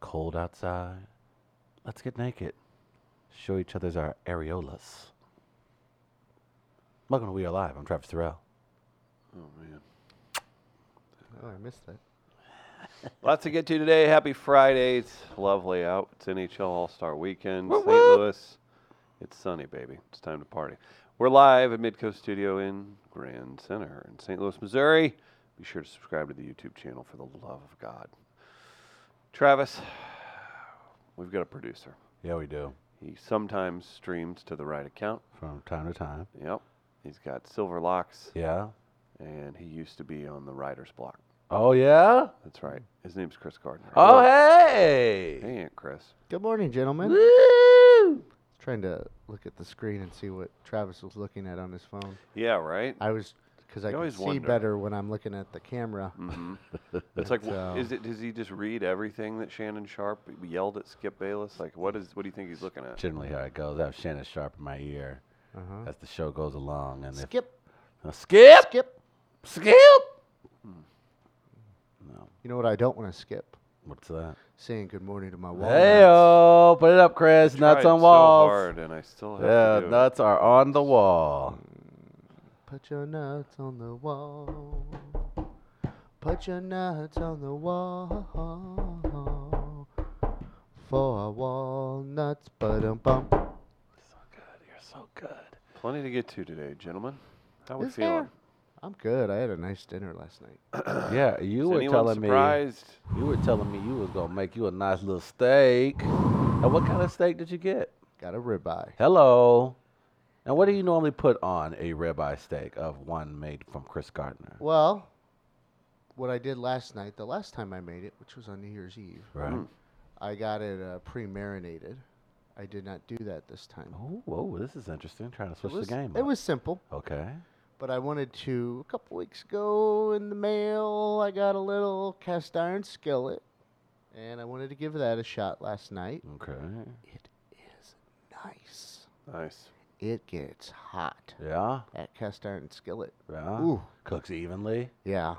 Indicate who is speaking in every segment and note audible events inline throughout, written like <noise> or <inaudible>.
Speaker 1: cold outside. Let's get naked. Show each other's our areolas. Welcome to We Are Live. I'm Travis Terrell.
Speaker 2: Oh man.
Speaker 3: Oh, I missed that.
Speaker 2: Lots to get to today. Happy Friday. It's lovely out. It's NHL All Star Weekend.
Speaker 1: Whoop,
Speaker 2: St.
Speaker 1: whoop.
Speaker 2: Louis. It's sunny, baby. It's time to party. We're live at Midcoast Studio in Grand Center in St. Louis, Missouri. Be sure to subscribe to the YouTube channel for the love of God. Travis, we've got a producer.
Speaker 1: Yeah, we do.
Speaker 2: He sometimes streams to the right account.
Speaker 1: From time to time.
Speaker 2: Yep. He's got silver locks,
Speaker 1: Yeah.
Speaker 2: and he used to be on the writer's block.
Speaker 1: Oh, yeah?
Speaker 2: That's right. His name's Chris Gardner.
Speaker 1: Oh,
Speaker 2: Hello.
Speaker 1: hey.
Speaker 2: Hey, Aunt Chris.
Speaker 3: Good morning, gentlemen.
Speaker 1: Woo!
Speaker 3: Trying to look at the screen and see what Travis was looking at on his phone.
Speaker 2: Yeah, right?
Speaker 3: I was because I
Speaker 2: You
Speaker 3: can
Speaker 2: always
Speaker 3: see
Speaker 2: wonder.
Speaker 3: better when I'm looking at the camera.
Speaker 2: hmm <laughs> it's like, wh-
Speaker 3: So-
Speaker 2: is it? Does he just read everything that Shannon Sharp yelled at Skip Bayless? Like, what is? What do you think he's looking at?
Speaker 1: Generally, how it goes. I have Shannon Sharp in my ear
Speaker 3: Uh-huh.
Speaker 1: as the show goes along. And if,
Speaker 3: Skip,
Speaker 1: Uh, skip!
Speaker 3: skip.
Speaker 1: Skip! No.
Speaker 3: You know what I don't want to skip?
Speaker 1: What's that?
Speaker 3: Saying good morning to my walnuts.
Speaker 1: Hey, oh, put it up, Chris. Nuts
Speaker 2: Tried
Speaker 1: on walls.
Speaker 2: So hard, and I still have
Speaker 1: Yeah,
Speaker 2: to do
Speaker 1: nuts are on the wall.
Speaker 3: Put your nuts on the wall. Put your nuts on the wall. For walnuts, but um bump.
Speaker 1: So good. You're so good.
Speaker 2: it. Plenty to get to today, gentlemen. How we
Speaker 3: Is
Speaker 2: feeling?
Speaker 3: there? I'm good. I had a nice dinner last night.
Speaker 1: yeah, you
Speaker 2: Is
Speaker 1: were
Speaker 2: anyone
Speaker 1: telling
Speaker 2: surprised?
Speaker 1: me. You were telling me you was gonna make you a nice little steak. And what kind of steak did you get?
Speaker 3: Got a ribeye.
Speaker 1: Hello. And what do you normally put on a ribeye steak of one made from Chris Gardner?
Speaker 3: Well, what I did last night, the last time I made it, which was on New Year's Eve,
Speaker 1: Right.
Speaker 2: Mm.
Speaker 3: I got it uh, pre-marinated. I did not do that this time.
Speaker 1: Oh, whoa, this is interesting. Trying to switch
Speaker 3: it was,
Speaker 1: the game.
Speaker 3: It
Speaker 1: up.
Speaker 3: was simple,
Speaker 1: okay.
Speaker 3: but I wanted to. A couple weeks ago, in the mail, I got a little cast iron skillet, and I wanted to give that a shot last night.
Speaker 1: Okay.
Speaker 3: It is nice.
Speaker 2: Nice.
Speaker 3: It gets hot.
Speaker 1: Yeah.
Speaker 3: That cast iron skillet.
Speaker 1: Yeah.
Speaker 3: Ooh.
Speaker 1: Cooks evenly.
Speaker 3: Yeah.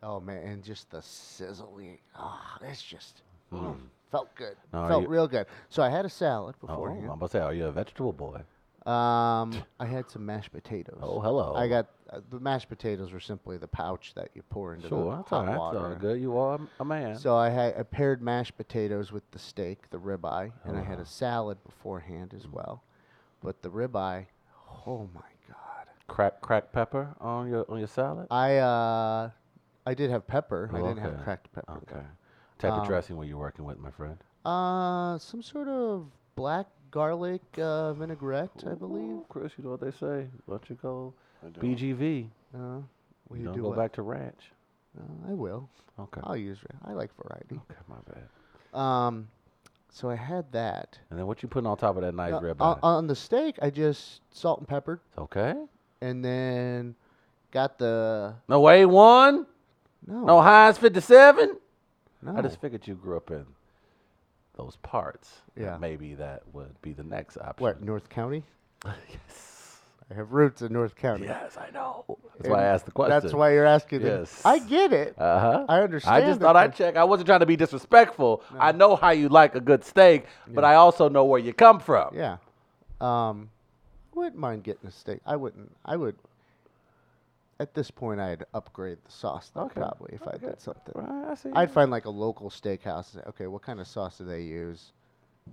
Speaker 3: Oh man, and just the sizzling. Ah, that's just mm, felt good.
Speaker 1: Hmm. Now, are
Speaker 3: felt
Speaker 1: you-
Speaker 3: real good. So I had a salad
Speaker 1: Oh, I'm
Speaker 3: beforehand.
Speaker 1: about to say, are you a vegetable boy?
Speaker 3: Um, I had some mashed potatoes.
Speaker 1: Oh, hello.
Speaker 3: I got uh, the mashed potatoes were simply the pouch that you pour into
Speaker 1: Sure,
Speaker 3: the
Speaker 1: that's all
Speaker 3: hot
Speaker 1: right. That's
Speaker 3: water.
Speaker 1: all good. You are a man.
Speaker 3: So I had I paired mashed potatoes with the steak, the ribeye, and I
Speaker 1: Oh.
Speaker 3: had a salad beforehand
Speaker 1: Hmm.
Speaker 3: as well. But the ribeye, oh my god.
Speaker 1: crack crack pepper on your on your salad.
Speaker 3: I uh I did have pepper. I
Speaker 1: Oh, okay.
Speaker 3: didn't have cracked pepper. though.
Speaker 1: Okay. Type of
Speaker 3: Um,
Speaker 1: dressing were you working with, my friend?
Speaker 3: Uh, some sort of black garlic uh, vinaigrette, I believe.
Speaker 1: Chris, you know what they say. Why don't you go
Speaker 2: I don't-
Speaker 1: BGV?
Speaker 3: Uh, will
Speaker 1: you
Speaker 3: you
Speaker 1: don't
Speaker 3: do
Speaker 1: go
Speaker 3: what?
Speaker 1: back to ranch.
Speaker 3: Uh, I will.
Speaker 1: Okay.
Speaker 3: I'll use it. I like variety.
Speaker 1: Okay, my bad.
Speaker 3: Um, so I had that.
Speaker 1: And then what you putting on top of that nice
Speaker 3: Uh,
Speaker 1: ribeye?
Speaker 3: on, on the steak, I just salt and peppered,
Speaker 1: okay.
Speaker 3: and then got the
Speaker 1: No way one.
Speaker 3: no
Speaker 1: No Heinz fifty seven.
Speaker 3: no.
Speaker 1: I just figured you grew up in those parts. and
Speaker 3: Yeah.
Speaker 1: Maybe that would be the next option.
Speaker 3: what North County?
Speaker 1: <laughs> yes.
Speaker 3: I have roots in North County.
Speaker 1: Yes, I know. That's why I
Speaker 3: And
Speaker 1: asked the question.
Speaker 3: That's why you're asking. the-
Speaker 1: Yes.
Speaker 3: I get it.
Speaker 1: Uh huh.
Speaker 3: I
Speaker 1: I
Speaker 3: understand.
Speaker 1: just
Speaker 3: the
Speaker 1: thought I'd
Speaker 3: question.
Speaker 1: check. I wasn't trying to be disrespectful. I know how you like a good steak, but I also know where you come from.
Speaker 3: Yeah. Um, I wouldn't mind getting a steak. I wouldn't. I would. At this point, I'd upgrade the sauce though,
Speaker 1: Okay.
Speaker 3: probably if I
Speaker 1: Okay.
Speaker 3: did something.
Speaker 1: Right, I see.
Speaker 3: I'd find like a local steakhouse. And say, okay, what kind of sauce do they use?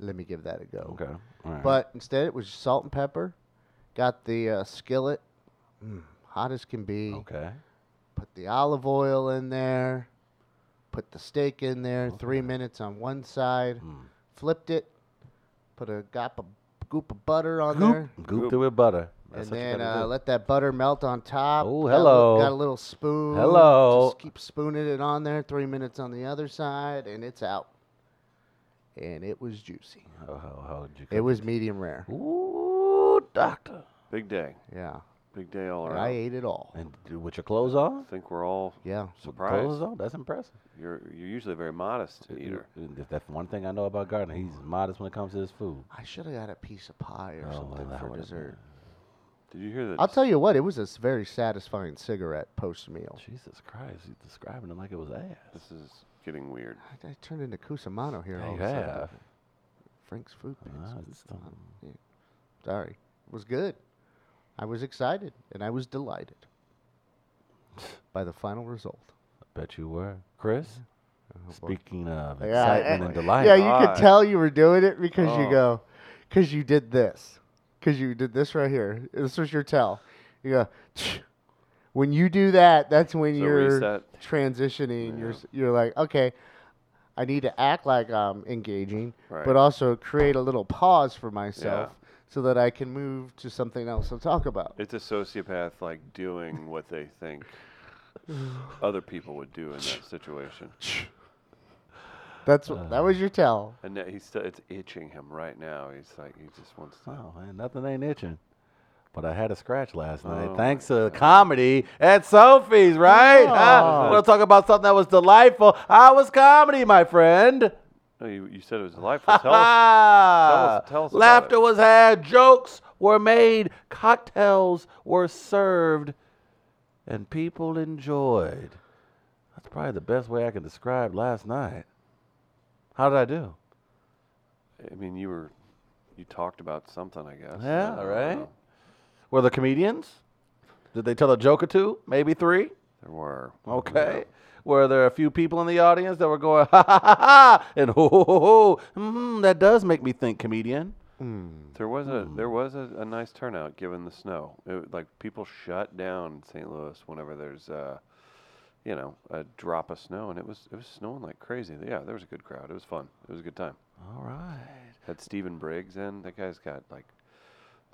Speaker 3: Let me give that a go.
Speaker 1: okay. All right.
Speaker 3: But instead, it was salt and pepper. Got the uh, skillet, mm, hot as can be.
Speaker 1: okay.
Speaker 3: Put the olive oil in there. Put the steak in there. Three minutes on one side.
Speaker 1: Mm.
Speaker 3: Flipped it. Put a gop of goop of butter on there.
Speaker 1: Gooped it with butter. That's
Speaker 3: and
Speaker 1: what you
Speaker 3: then
Speaker 1: gotta
Speaker 3: uh,
Speaker 1: do.
Speaker 3: let that butter melt on top.
Speaker 1: Oh,
Speaker 3: Got a little-
Speaker 1: hello.
Speaker 3: Got a little spoon.
Speaker 1: Hello.
Speaker 3: Just keep spooning it on there. Three minutes on the other side, and it's out. And it was juicy.
Speaker 1: how, how, how did you?
Speaker 3: It was medium rare.
Speaker 1: cook? Ooh, doctor.
Speaker 2: Big day.
Speaker 3: Yeah.
Speaker 2: Big day all
Speaker 3: And I
Speaker 2: around.
Speaker 3: ate it all.
Speaker 1: And d- with your clothes on?
Speaker 2: I think we're all
Speaker 3: Yeah.
Speaker 2: surprised.
Speaker 1: Clothes on? That's impressive.
Speaker 2: You're you're usually a very modest
Speaker 1: You-
Speaker 2: eater.
Speaker 1: you- if that's one thing I know about Gardner. He's modest when it comes to his food.
Speaker 3: I should have got a piece of pie or
Speaker 1: Oh,
Speaker 3: something
Speaker 1: that
Speaker 3: for
Speaker 1: would've
Speaker 3: dessert.
Speaker 2: Did you hear that?
Speaker 3: I'll tell you what, it was a s- very satisfying cigarette post meal.
Speaker 1: Jesus Christ, he's describing it like it was ass.
Speaker 2: This is getting weird.
Speaker 3: I, I turned into Cusimano here.
Speaker 1: Yeah,
Speaker 3: all
Speaker 1: you
Speaker 3: of a sudden.
Speaker 1: have.
Speaker 3: Frank's food. Pants.
Speaker 1: Ah, it's
Speaker 3: Cusimano.
Speaker 1: done.
Speaker 3: Yeah. Sorry. It was good. I was excited and I
Speaker 1: <laughs>
Speaker 3: was delighted by the final result.
Speaker 1: I bet you were. Chris,
Speaker 3: Oh, boy.
Speaker 1: speaking of
Speaker 3: Yeah,
Speaker 1: excitement
Speaker 2: eh,
Speaker 1: and delight.
Speaker 3: yeah, you
Speaker 2: God.
Speaker 3: could tell you were doing it because
Speaker 2: Oh.
Speaker 3: you go, because you did this, because you did this right here. This was your tell. You go, <sniffs> "Tch." when you do that, that's when
Speaker 2: So
Speaker 3: you're
Speaker 2: reset.
Speaker 3: transitioning. You're
Speaker 2: Yeah.
Speaker 3: s- you're like, okay, I need to act like I'm engaging,
Speaker 2: Right.
Speaker 3: but also create a little pause for myself so that I can move to something else to talk about.
Speaker 2: It's a sociopath like doing what they
Speaker 1: <sighs>
Speaker 2: think other people would do in that situation.
Speaker 3: That's wh-
Speaker 1: Uh.
Speaker 3: that was your tell.
Speaker 2: And that he's still, it's itching him right now. He's like, he just wants to.
Speaker 1: Oh, man, nothing ain't itching. But I had a scratch last night
Speaker 2: Oh,
Speaker 1: thanks to comedy at Sophie's, right? Huh?
Speaker 3: Oh.
Speaker 1: Want to talk about something that was delightful? I was comedy, my friend.
Speaker 2: No, you, you said it was delightful.
Speaker 1: <laughs>
Speaker 2: Tell us.
Speaker 1: us,
Speaker 2: tell us about
Speaker 1: Laughter
Speaker 2: it.
Speaker 1: was had, jokes were made, cocktails were served, and people enjoyed. That's probably the best way I can describe last night. How did I do?
Speaker 2: I mean, you were, you talked about something, I guess.
Speaker 1: Yeah,
Speaker 2: I don't
Speaker 1: right?
Speaker 2: know.
Speaker 1: Were the comedians? Did they tell a joke or two? Maybe three?
Speaker 2: There were.
Speaker 1: Okay. Were there a few people in the audience that were going, <laughs> ha ha ha ha, and ho ho ho ho? Mm, that does make me think, comedian.
Speaker 2: There was a there
Speaker 1: Hmm.
Speaker 2: was a, a nice turnout given the snow. It, w- like people shut down in St. Louis whenever there's uh, you know a drop of snow, and it was it was snowing like crazy. Yeah, there was a good crowd. It was fun. It was a good time.
Speaker 1: All right.
Speaker 2: Had Stephen Briggs in. That guy's got like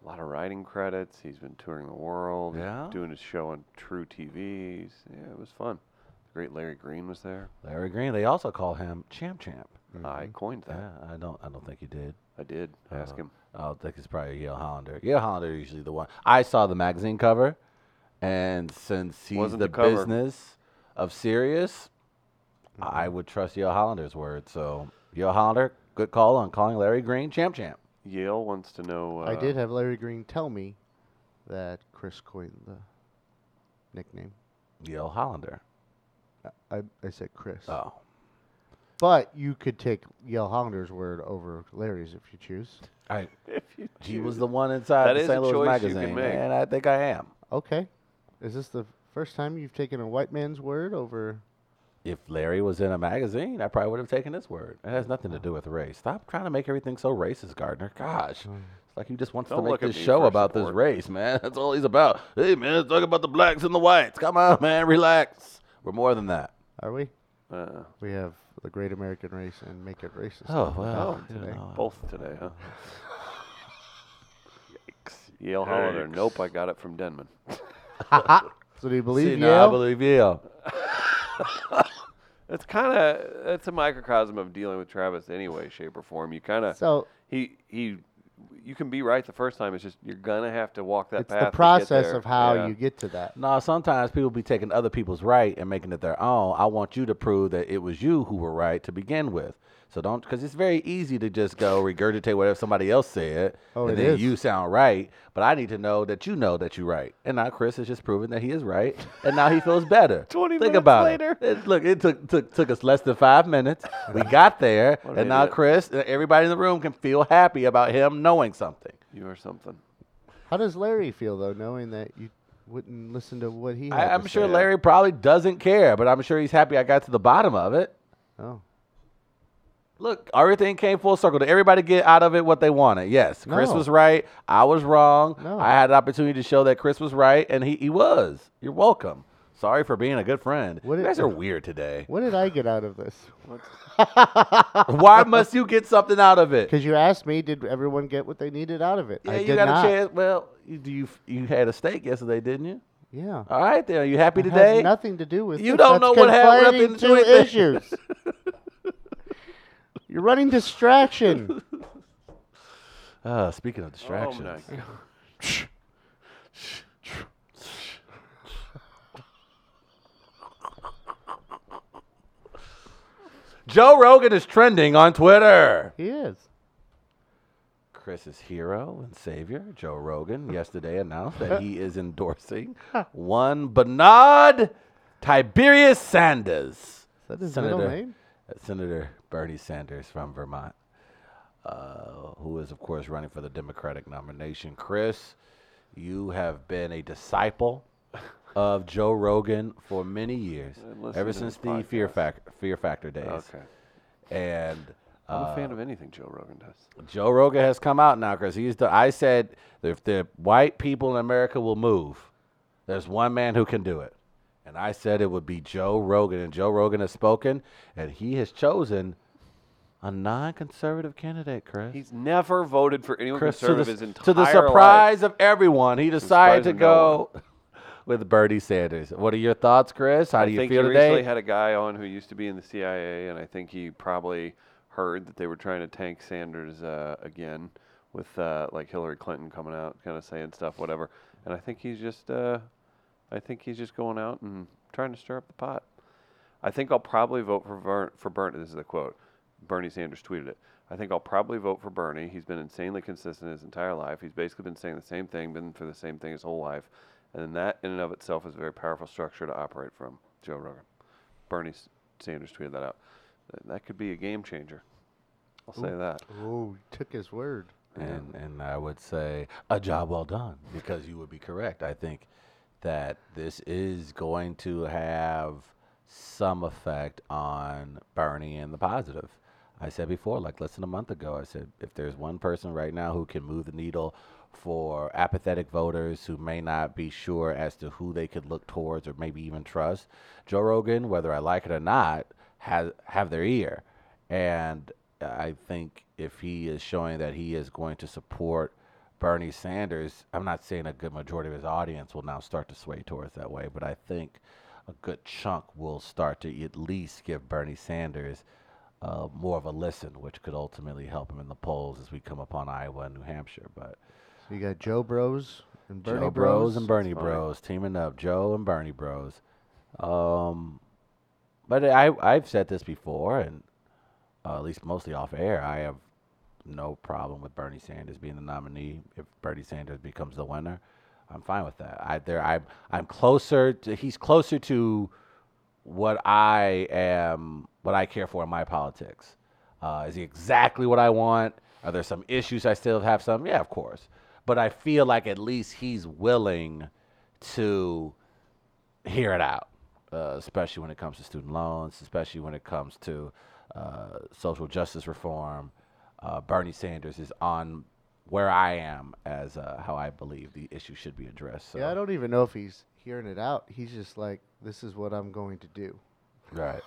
Speaker 2: a lot of writing credits. He's been touring the world. He's
Speaker 1: Yeah?
Speaker 2: doing his show on True TVs. Yeah, it was fun. The great Larry Green was there.
Speaker 1: Larry Green. They also call him Champ Champ.
Speaker 2: I coined that.
Speaker 1: Yeah, I don't. I don't think he did.
Speaker 2: I did ask
Speaker 1: Uh,
Speaker 2: him.
Speaker 1: I don't think it's probably Yale Hollander. Yale Hollander is usually the one. I saw the magazine cover, and since he's
Speaker 2: Wasn't
Speaker 1: the,
Speaker 2: the cover.
Speaker 1: business of serious, I would trust Yale Hollander's word. So Yale Hollander, good call on calling Larry Green Champ Champ.
Speaker 2: Yale wants to know. Uh,
Speaker 3: I did have Larry Green tell me that Chris coined the nickname.
Speaker 1: Yale Hollander.
Speaker 3: I, I- I said Chris.
Speaker 1: Oh,
Speaker 3: But you could take Yale Hollander's word over Larry's if you choose.
Speaker 1: I.
Speaker 2: <laughs> If you
Speaker 1: He
Speaker 2: choose.
Speaker 1: was the one inside
Speaker 2: That
Speaker 1: the
Speaker 2: is a
Speaker 1: St. Louis
Speaker 2: choice you can
Speaker 1: magazine,
Speaker 2: make.
Speaker 1: and I think I am.
Speaker 3: Okay. Is this the first time you've taken a white man's word over?
Speaker 1: If Larry was in a magazine, I probably would have taken his word. It has nothing to do with race. Stop trying to make everything so racist, Gardner. Gosh, it's like he just wants
Speaker 2: Don't
Speaker 1: to make
Speaker 2: look at
Speaker 1: this
Speaker 2: me
Speaker 1: show
Speaker 2: for
Speaker 1: about this
Speaker 2: support.
Speaker 1: race, man. <laughs> That's all he's about. Hey, man, let's talk about the blacks and the whites. Come on, man, relax. We're more than that.
Speaker 3: Are we?
Speaker 2: Uh,
Speaker 3: We have the great American race and make it racist.
Speaker 1: Oh,
Speaker 3: well,
Speaker 1: well,
Speaker 3: you today. know,
Speaker 2: Both today, huh? Yikes. Yale Hollander. Nope, I got it from Denman.
Speaker 3: So do you believe
Speaker 1: See,
Speaker 3: Yale?
Speaker 1: now I believe Yale.
Speaker 2: That's kind of that's a microcosm of dealing with Travis anyway, shape or form. You kind of
Speaker 3: so
Speaker 2: he he you can be right the first time. It's just you're gonna have to walk that
Speaker 3: it's
Speaker 2: path. to
Speaker 3: the
Speaker 2: get
Speaker 3: process
Speaker 2: there.
Speaker 3: of how
Speaker 2: Yeah.
Speaker 3: you get to that.
Speaker 1: No, sometimes people be taking other people's right and making it their own. I want you to prove that it was you who were right to begin with. So don't, because it's very easy to just go regurgitate whatever somebody else said,
Speaker 3: Oh,
Speaker 1: and
Speaker 3: it
Speaker 1: then
Speaker 3: is.
Speaker 1: you sound right. But I need to know that you know that you're right, and now Chris has just proven that he is right, and now he feels
Speaker 2: <laughs>
Speaker 1: better.
Speaker 2: 20
Speaker 1: Think
Speaker 2: minutes
Speaker 1: about
Speaker 2: later.
Speaker 1: It. It- look, it took, took took us less than five minutes.
Speaker 2: <laughs>
Speaker 1: We got there,
Speaker 2: What an
Speaker 1: and now
Speaker 2: idiot.
Speaker 1: Chris, and everybody in the room can feel happy about him knowing something.
Speaker 2: You are something.
Speaker 3: How does Larry feel though, knowing that you wouldn't listen to what he? Had
Speaker 1: I,
Speaker 3: to
Speaker 1: I'm sure
Speaker 2: say.
Speaker 1: Larry probably doesn't care, but I'm sure he's happy I got to the bottom of it.
Speaker 3: say? Oh,
Speaker 1: Look, everything came full circle. Did everybody get out of it what they wanted? Yes. Chris
Speaker 3: No.
Speaker 1: was right. I was wrong.
Speaker 3: No.
Speaker 1: I had an opportunity to show that Chris was right, and he, he was. You're welcome. Sorry for being a good friend.
Speaker 3: What
Speaker 1: you
Speaker 3: it-
Speaker 1: guys are
Speaker 3: <laughs>
Speaker 1: weird today.
Speaker 3: what did I get out of this?
Speaker 1: Why must you get something out of it?
Speaker 3: Because you asked me, did everyone get what they needed out of it?
Speaker 1: Yeah,
Speaker 3: I
Speaker 1: you
Speaker 3: did
Speaker 1: got
Speaker 3: not.
Speaker 1: a chance. Well, you, do you you had a steak yesterday, didn't you?
Speaker 3: Yeah.
Speaker 1: All right, there. You happy
Speaker 3: It
Speaker 1: today?
Speaker 3: Has nothing to do with
Speaker 1: You
Speaker 3: it.
Speaker 1: don't know
Speaker 3: That's
Speaker 1: what happened up
Speaker 3: conflating
Speaker 1: into
Speaker 3: two
Speaker 1: it then. <laughs>
Speaker 3: issues. You're running distraction.
Speaker 1: Uh, speaking of
Speaker 2: Oh
Speaker 1: distractions,
Speaker 2: my God.
Speaker 1: Joe Rogan is trending on Twitter.
Speaker 3: he is.
Speaker 1: Chris's hero and savior, Joe Rogan, yesterday announced that he is endorsing one Bernard Tiberius Sanders. uh,
Speaker 3: Is that his middle name?
Speaker 1: Senator Bernie Sanders from Vermont, uh, who is, of course, running for the Democratic nomination. Chris, you have been a disciple of Joe Rogan for many years,
Speaker 2: I listen
Speaker 1: ever
Speaker 2: to
Speaker 1: since
Speaker 2: his
Speaker 1: the Fear,
Speaker 2: podcast.
Speaker 1: Fac- Fear Factor days.
Speaker 2: Okay.
Speaker 1: And
Speaker 2: I'm
Speaker 1: uh,
Speaker 2: a fan of anything Joe Rogan does.
Speaker 1: Joe Rogan has come out now because he's the. I said if the white people in America will move, there's one man who can do it, and I said it would be Joe Rogan. And Joe Rogan has spoken, and he has chosen a non-conservative candidate, Chris.
Speaker 2: He's never voted for anyone
Speaker 1: Chris, to
Speaker 2: conservative
Speaker 1: the,
Speaker 2: his entire
Speaker 1: to the
Speaker 2: life.
Speaker 1: surprise of everyone, he decided to
Speaker 2: surprise of
Speaker 1: go <laughs> with Bernie Sanders. What are your thoughts, Chris? How
Speaker 2: I
Speaker 1: do you
Speaker 2: think
Speaker 1: feel
Speaker 2: you
Speaker 1: today?
Speaker 2: recently had a guy on who used to be in the CIA, and I think he probably heard that they were trying to tank Sanders uh, again with uh, like Hillary Clinton coming out, kind of saying stuff, whatever. And I think he's just, uh, I think he's just going out and trying to stir up the pot. I think I'll probably vote for Ver- for Bernie. This is a quote. Bernie Sanders tweeted it. I think I'll probably vote for Bernie. He's been insanely consistent his entire life. He's basically been saying the same thing, been for the same thing his whole life, and that in and of itself is a very powerful structure to operate from. Joe Rogan. Bernie S- Sanders tweeted that out. Th- That could be a game changer. I'll say that.
Speaker 3: Oh, you took his word.
Speaker 1: And and I would say a job well done because you would be correct. I think that this is going to have some effect on Bernie and the positive. I said before, like less than a month ago, I said if there's one person right now who can move the needle for apathetic voters who may not be sure as to who they could look towards or maybe even trust, Joe Rogan, whether I like it or not, has have their ear. And I think if he is showing that he is going to support Bernie Sanders, I'm not saying a good majority of his audience will now start to sway towards that way, but I think a good chunk will start to at least give Bernie Sanders uh, more of a listen, which could ultimately help him in the polls as we come upon Iowa and New Hampshire. But
Speaker 3: So you got Joe Bros and Bernie
Speaker 1: Joe
Speaker 3: Bros.
Speaker 1: Bros and Bernie
Speaker 2: funny.
Speaker 1: Bros teaming up. Joe and Bernie Bros. Um, but I I've said this before, and uh, at least mostly off air, I have no problem with Bernie Sanders being the nominee. If Bernie Sanders becomes the winner, I'm fine with that. I there I'm I'm closer to he's closer to what I am, what I care for in my politics. Uh, is he exactly what I want? Are there some issues I still have? Some, yeah, of course. But I feel like at least he's willing to hear it out, uh, especially when it comes to student loans, especially when it comes to uh, social justice reform. Uh, Bernie Sanders is on where I am as uh, how I believe the issue should be addressed. So.
Speaker 3: Yeah, I don't even know if he's hearing it out. He's just like, this is what I'm going to do.
Speaker 1: Right.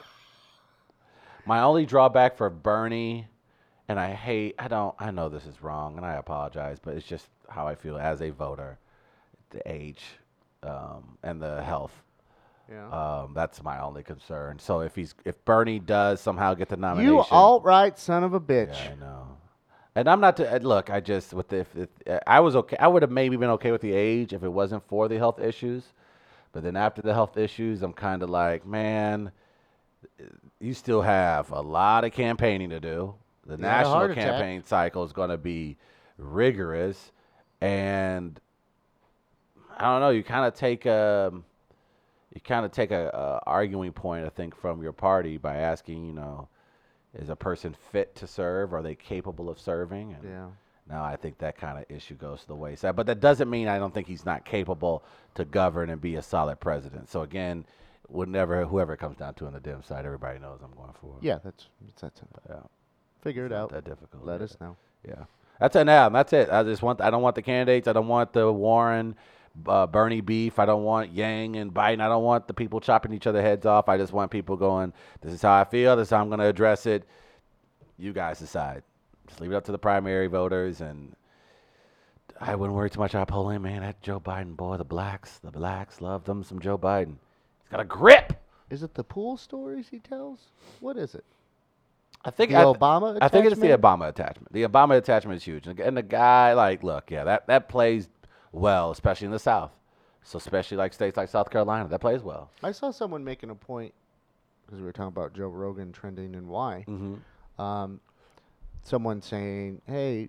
Speaker 1: My only drawback for Bernie, and I hate, I don't, I know this is wrong, and I apologize, but it's just how I feel as a voter, the age, um, and the health.
Speaker 3: Yeah.
Speaker 1: Um, that's my only concern. So if he's, if Bernie does somehow get the nomination,
Speaker 3: you alt right son of a bitch.
Speaker 1: yeah, I know. And I'm not to uh, look. I just with the, if, if uh, I was okay, I would have maybe been okay with the age if it wasn't for the health issues. But then after the health issues, I'm kind of like, man, you still have a lot of campaigning to do. The
Speaker 3: You had a heart
Speaker 1: national
Speaker 3: attack.
Speaker 1: campaign cycle is going to be rigorous, and I don't know. You kind of take um, you kind of take a, a arguing point, I think, from your party by asking, you know, is a person fit to serve? Are they capable of serving? And
Speaker 3: Yeah.
Speaker 1: Now I think that kind of issue goes to the wayside, but that doesn't mean I don't think he's not capable to govern and be a solid president. So again, whenever whoever it comes down to on the dim side, everybody knows I'm going for.
Speaker 3: Yeah, that's it's that simple.
Speaker 1: yeah.
Speaker 3: Figure it
Speaker 1: Not
Speaker 3: out.
Speaker 1: that difficult.
Speaker 3: Let
Speaker 1: yeah.
Speaker 3: us know.
Speaker 1: Yeah, that's it now. That's it. I just want. I don't want the candidates. I don't want the Warren, uh, Bernie beef. I don't want Yang and Biden. I don't want the people chopping each other heads off. I just want people going. This is how I feel. This is how I'm going to address it. You guys decide. Just leave it up to the primary voters and. I wouldn't worry too much about polling, man. That Joe Biden boy, the blacks, the blacks love them some Joe Biden. He's got a grip.
Speaker 3: Is it the pool stories he tells? What is it?
Speaker 1: I think
Speaker 3: The
Speaker 1: I
Speaker 3: Obama
Speaker 1: I think it's the
Speaker 3: attachment?
Speaker 1: Obama attachment. The Obama attachment is huge, and, and the guy like, look, yeah, that that plays well, especially in the South. So especially like states like South Carolina, that plays well.
Speaker 3: I saw someone making a point because we were talking about Joe Rogan trending and why.
Speaker 1: Mm-hmm.
Speaker 3: Um, someone saying, "Hey,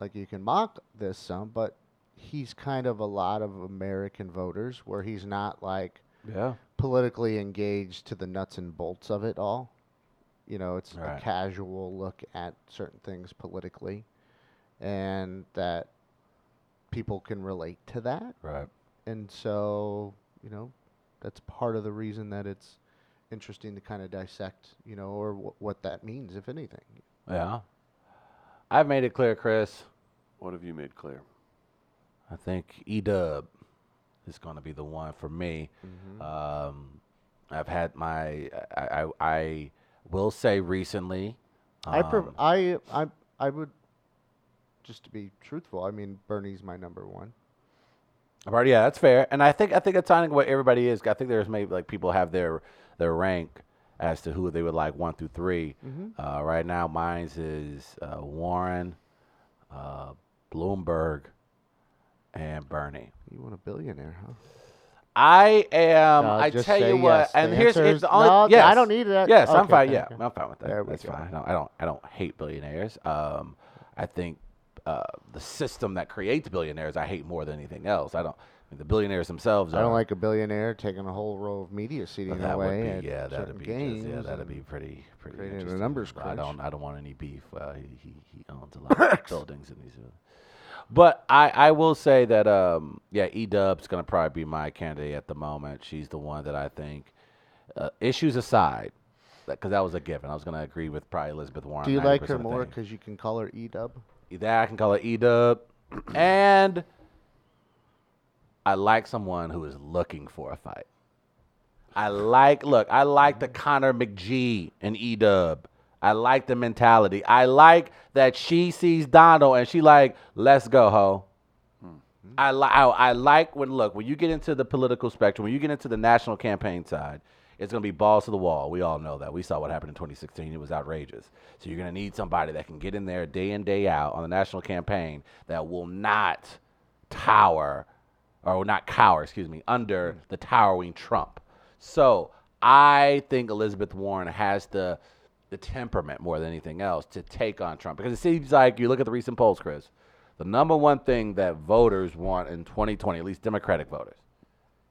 Speaker 3: like you can mock this some, but he's kind of a lot of American voters where he's not like
Speaker 1: Yeah,
Speaker 3: politically engaged to the nuts and bolts of it all." You know, it's
Speaker 1: Right.
Speaker 3: a casual look at certain things politically, and that people can relate to that.
Speaker 1: Right.
Speaker 3: And so, you know, that's part of the reason that it's interesting to kind of dissect, you know, or wh- what that means, if anything.
Speaker 1: Yeah. I've made it clear, Chris.
Speaker 2: What have you made clear?
Speaker 1: I think E Dub is going to be the one for me. Um, I've had my, I, I, I will say recently.
Speaker 3: I, pref-
Speaker 1: um,
Speaker 3: I, I, I would, just to be truthful, I mean, Bernie's my number one.
Speaker 1: I've already- yeah, that's fair. And I think I think that's kind of what everybody is. I think there's maybe like people have their their rank as to who they would like one through 3 Uh, right now, mine's is uh, Warren, uh, Bloomberg, and Bernie.
Speaker 3: You want a billionaire, huh?
Speaker 1: I am.
Speaker 3: No,
Speaker 1: Um, I
Speaker 3: just
Speaker 1: tell
Speaker 3: say
Speaker 1: you what,
Speaker 3: yes. The
Speaker 1: and here's
Speaker 3: answer
Speaker 1: it's
Speaker 3: is
Speaker 1: the only.
Speaker 3: no, th-
Speaker 1: yes.
Speaker 3: I don't need that.
Speaker 1: Yes, I'm
Speaker 3: Okay,
Speaker 1: fine. Yeah,
Speaker 3: thank you.
Speaker 1: I'm fine with that.
Speaker 3: There we
Speaker 1: That's
Speaker 3: go.
Speaker 1: fine. I don't, I don't. I don't hate billionaires. Um, I think uh, the system that creates billionaires, I hate more than anything else. I don't. I mean, the billionaires themselves.
Speaker 3: I don't
Speaker 1: are-
Speaker 3: like a billionaire taking a whole row of media seating
Speaker 1: that
Speaker 3: away.
Speaker 1: would
Speaker 3: at
Speaker 1: be yeah, that'd
Speaker 3: certain
Speaker 1: be just, yeah,
Speaker 3: games
Speaker 1: that'd
Speaker 3: and-
Speaker 1: be pretty pretty
Speaker 3: creating a
Speaker 1: interesting.
Speaker 3: numbers
Speaker 1: But I
Speaker 3: crunch.
Speaker 1: don't I don't want any beef. Uh, he, he he owns
Speaker 3: <coughs>
Speaker 1: a lot of buildings in these. uh, But I, I will say that um yeah E Dub's gonna probably be my candidate at the moment. She's the one that I think uh, issues aside, because that was a given. I was gonna agree with probably Elizabeth Warren.
Speaker 3: Do you like her
Speaker 1: 90% of
Speaker 3: more
Speaker 1: things.
Speaker 3: because you can call her E Dub?
Speaker 1: That I can call it E Dub, <clears throat> and I like someone who is looking for a fight. I like look. I like the Connor McGee and E Dub. I like the mentality. I like that she sees Donald and she like, let's go, ho. I like I, I like when look when you get into the political spectrum when you get into the national campaign side it's going to be balls to the wall we all know that we saw what happened in 2016 it was outrageous so you're going to need somebody that can get in there day in day out on the national campaign that will not tower or not cower excuse me under the towering Trump so I think Elizabeth Warren has the the temperament more than anything else to take on Trump because it seems like you look at the recent polls Chris the number one thing that voters want in 2020, at least Democratic voters,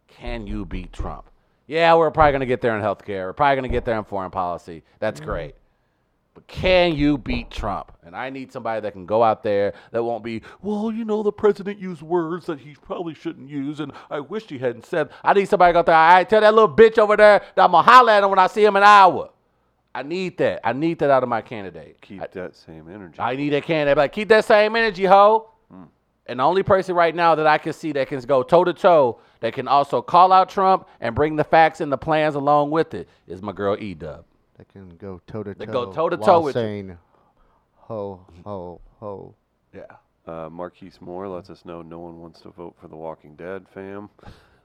Speaker 1: can you beat Trump? Yeah, we're probably going to get there in healthcare. We're probably going to get there in foreign policy. That's great. But can you beat Trump? And I need somebody that can go out there that won't be, well, you know, the president used words that he probably shouldn't use, and I wish he hadn't said. I need somebody to go out there, all right, tell that little bitch over there that I'm going to holler at him when I see him in Iowa. I need that. I need that out of my candidate.
Speaker 2: Keep
Speaker 1: I-
Speaker 2: that same energy.
Speaker 1: I need that can. They be like, keep that same energy, ho.
Speaker 3: Hmm.
Speaker 1: And the only person right now that I can see that can go toe to toe, that can also call out Trump and bring the facts and the plans along with it, is my girl E Dub.
Speaker 3: That can go toe to toe.
Speaker 1: They go toe-to-toe
Speaker 3: while
Speaker 1: with you.
Speaker 3: saying, ho ho ho.
Speaker 1: Yeah.
Speaker 2: Uh, Marquise Moore lets us know no one wants to vote for The Walking Dead, fam.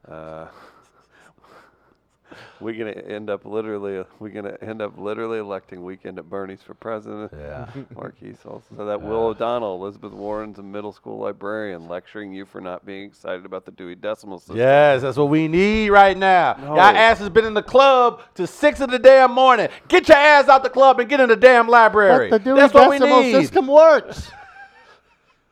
Speaker 2: Uh, we're gonna end up literally. We're gonna end up literally electing Weekend at Bernie's for president.
Speaker 1: Yeah.
Speaker 2: <laughs> Marquise also said that Will O'Donnell, Elizabeth Warren's a middle school librarian, lecturing you for not being excited about the Dewey Decimal System.
Speaker 1: Yes, that's what we need right now.
Speaker 2: No.
Speaker 1: Y'all ass has been in the club till six in the damn morning. Get your ass out the club and get in the damn library.
Speaker 3: But the Dewey
Speaker 1: that's what we
Speaker 3: Decimal
Speaker 1: need.
Speaker 3: System <laughs> works.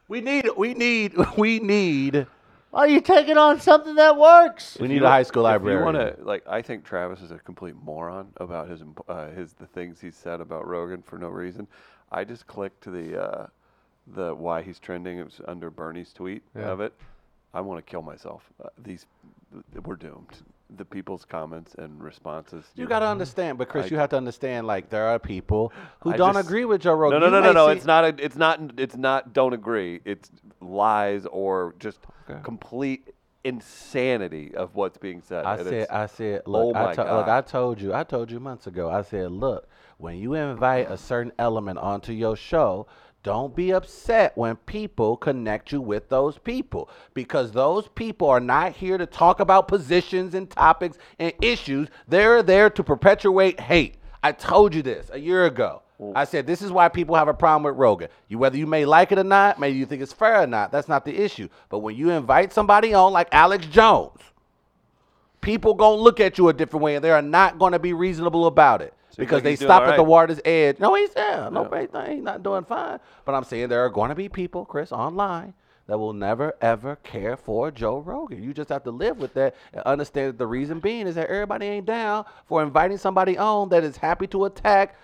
Speaker 1: We need. We need. <laughs> We need.
Speaker 3: Why are you taking on something that works?
Speaker 1: We
Speaker 2: If
Speaker 1: need
Speaker 2: you
Speaker 1: a
Speaker 2: wa-
Speaker 1: high school
Speaker 2: if You
Speaker 1: librarian.
Speaker 2: want to like? I think Travis is a complete moron about his imp- uh, his the things he said about Rogan for no reason. I just clicked to the uh, the why he's trending. It was under Bernie's tweet
Speaker 3: Yeah.
Speaker 2: of it. I want to kill myself. Uh, these th- we're doomed. The people's comments and responses.
Speaker 1: You gotta understand, but Chris,
Speaker 2: I-
Speaker 1: you have to understand. Like there are people who
Speaker 2: I
Speaker 1: don't
Speaker 2: just-
Speaker 1: agree with Joe
Speaker 2: No,
Speaker 1: Rogan.
Speaker 2: no,
Speaker 1: You
Speaker 2: no, no,
Speaker 1: may
Speaker 2: no.
Speaker 1: see-
Speaker 2: It's not. A, it's not. It's not. Don't agree. It's lies or just complete insanity of what's being said.
Speaker 1: I
Speaker 2: and
Speaker 1: said,
Speaker 2: it's-
Speaker 1: I said,
Speaker 2: Oh
Speaker 1: look, I
Speaker 2: my
Speaker 1: to- look,
Speaker 2: God.
Speaker 1: I told you, I told you months ago. I said, look, when you invite a certain element onto your show, don't be upset when people connect you with those people because those people are not here to talk about positions and topics and issues. They're there to perpetuate hate. I told you this a year ago. I said this is why people have a problem with Rogan. You whether you may like it or not, maybe you think it's fair or not, that's not the issue. But when you invite somebody on like Alex Jones, people gonna look at you a different way, and they are not gonna be reasonable about it because
Speaker 2: like
Speaker 1: they
Speaker 2: he's doing
Speaker 1: stop
Speaker 2: all
Speaker 1: at the
Speaker 2: right.
Speaker 1: water's edge. No, he's yeah, no, he's not- he's not doing fine. But I'm saying there are gonna be people, Chris, online that will never ever care for Joe Rogan. You just have to live with that and understand that the reason being is that everybody ain't down for inviting somebody on that is happy to attack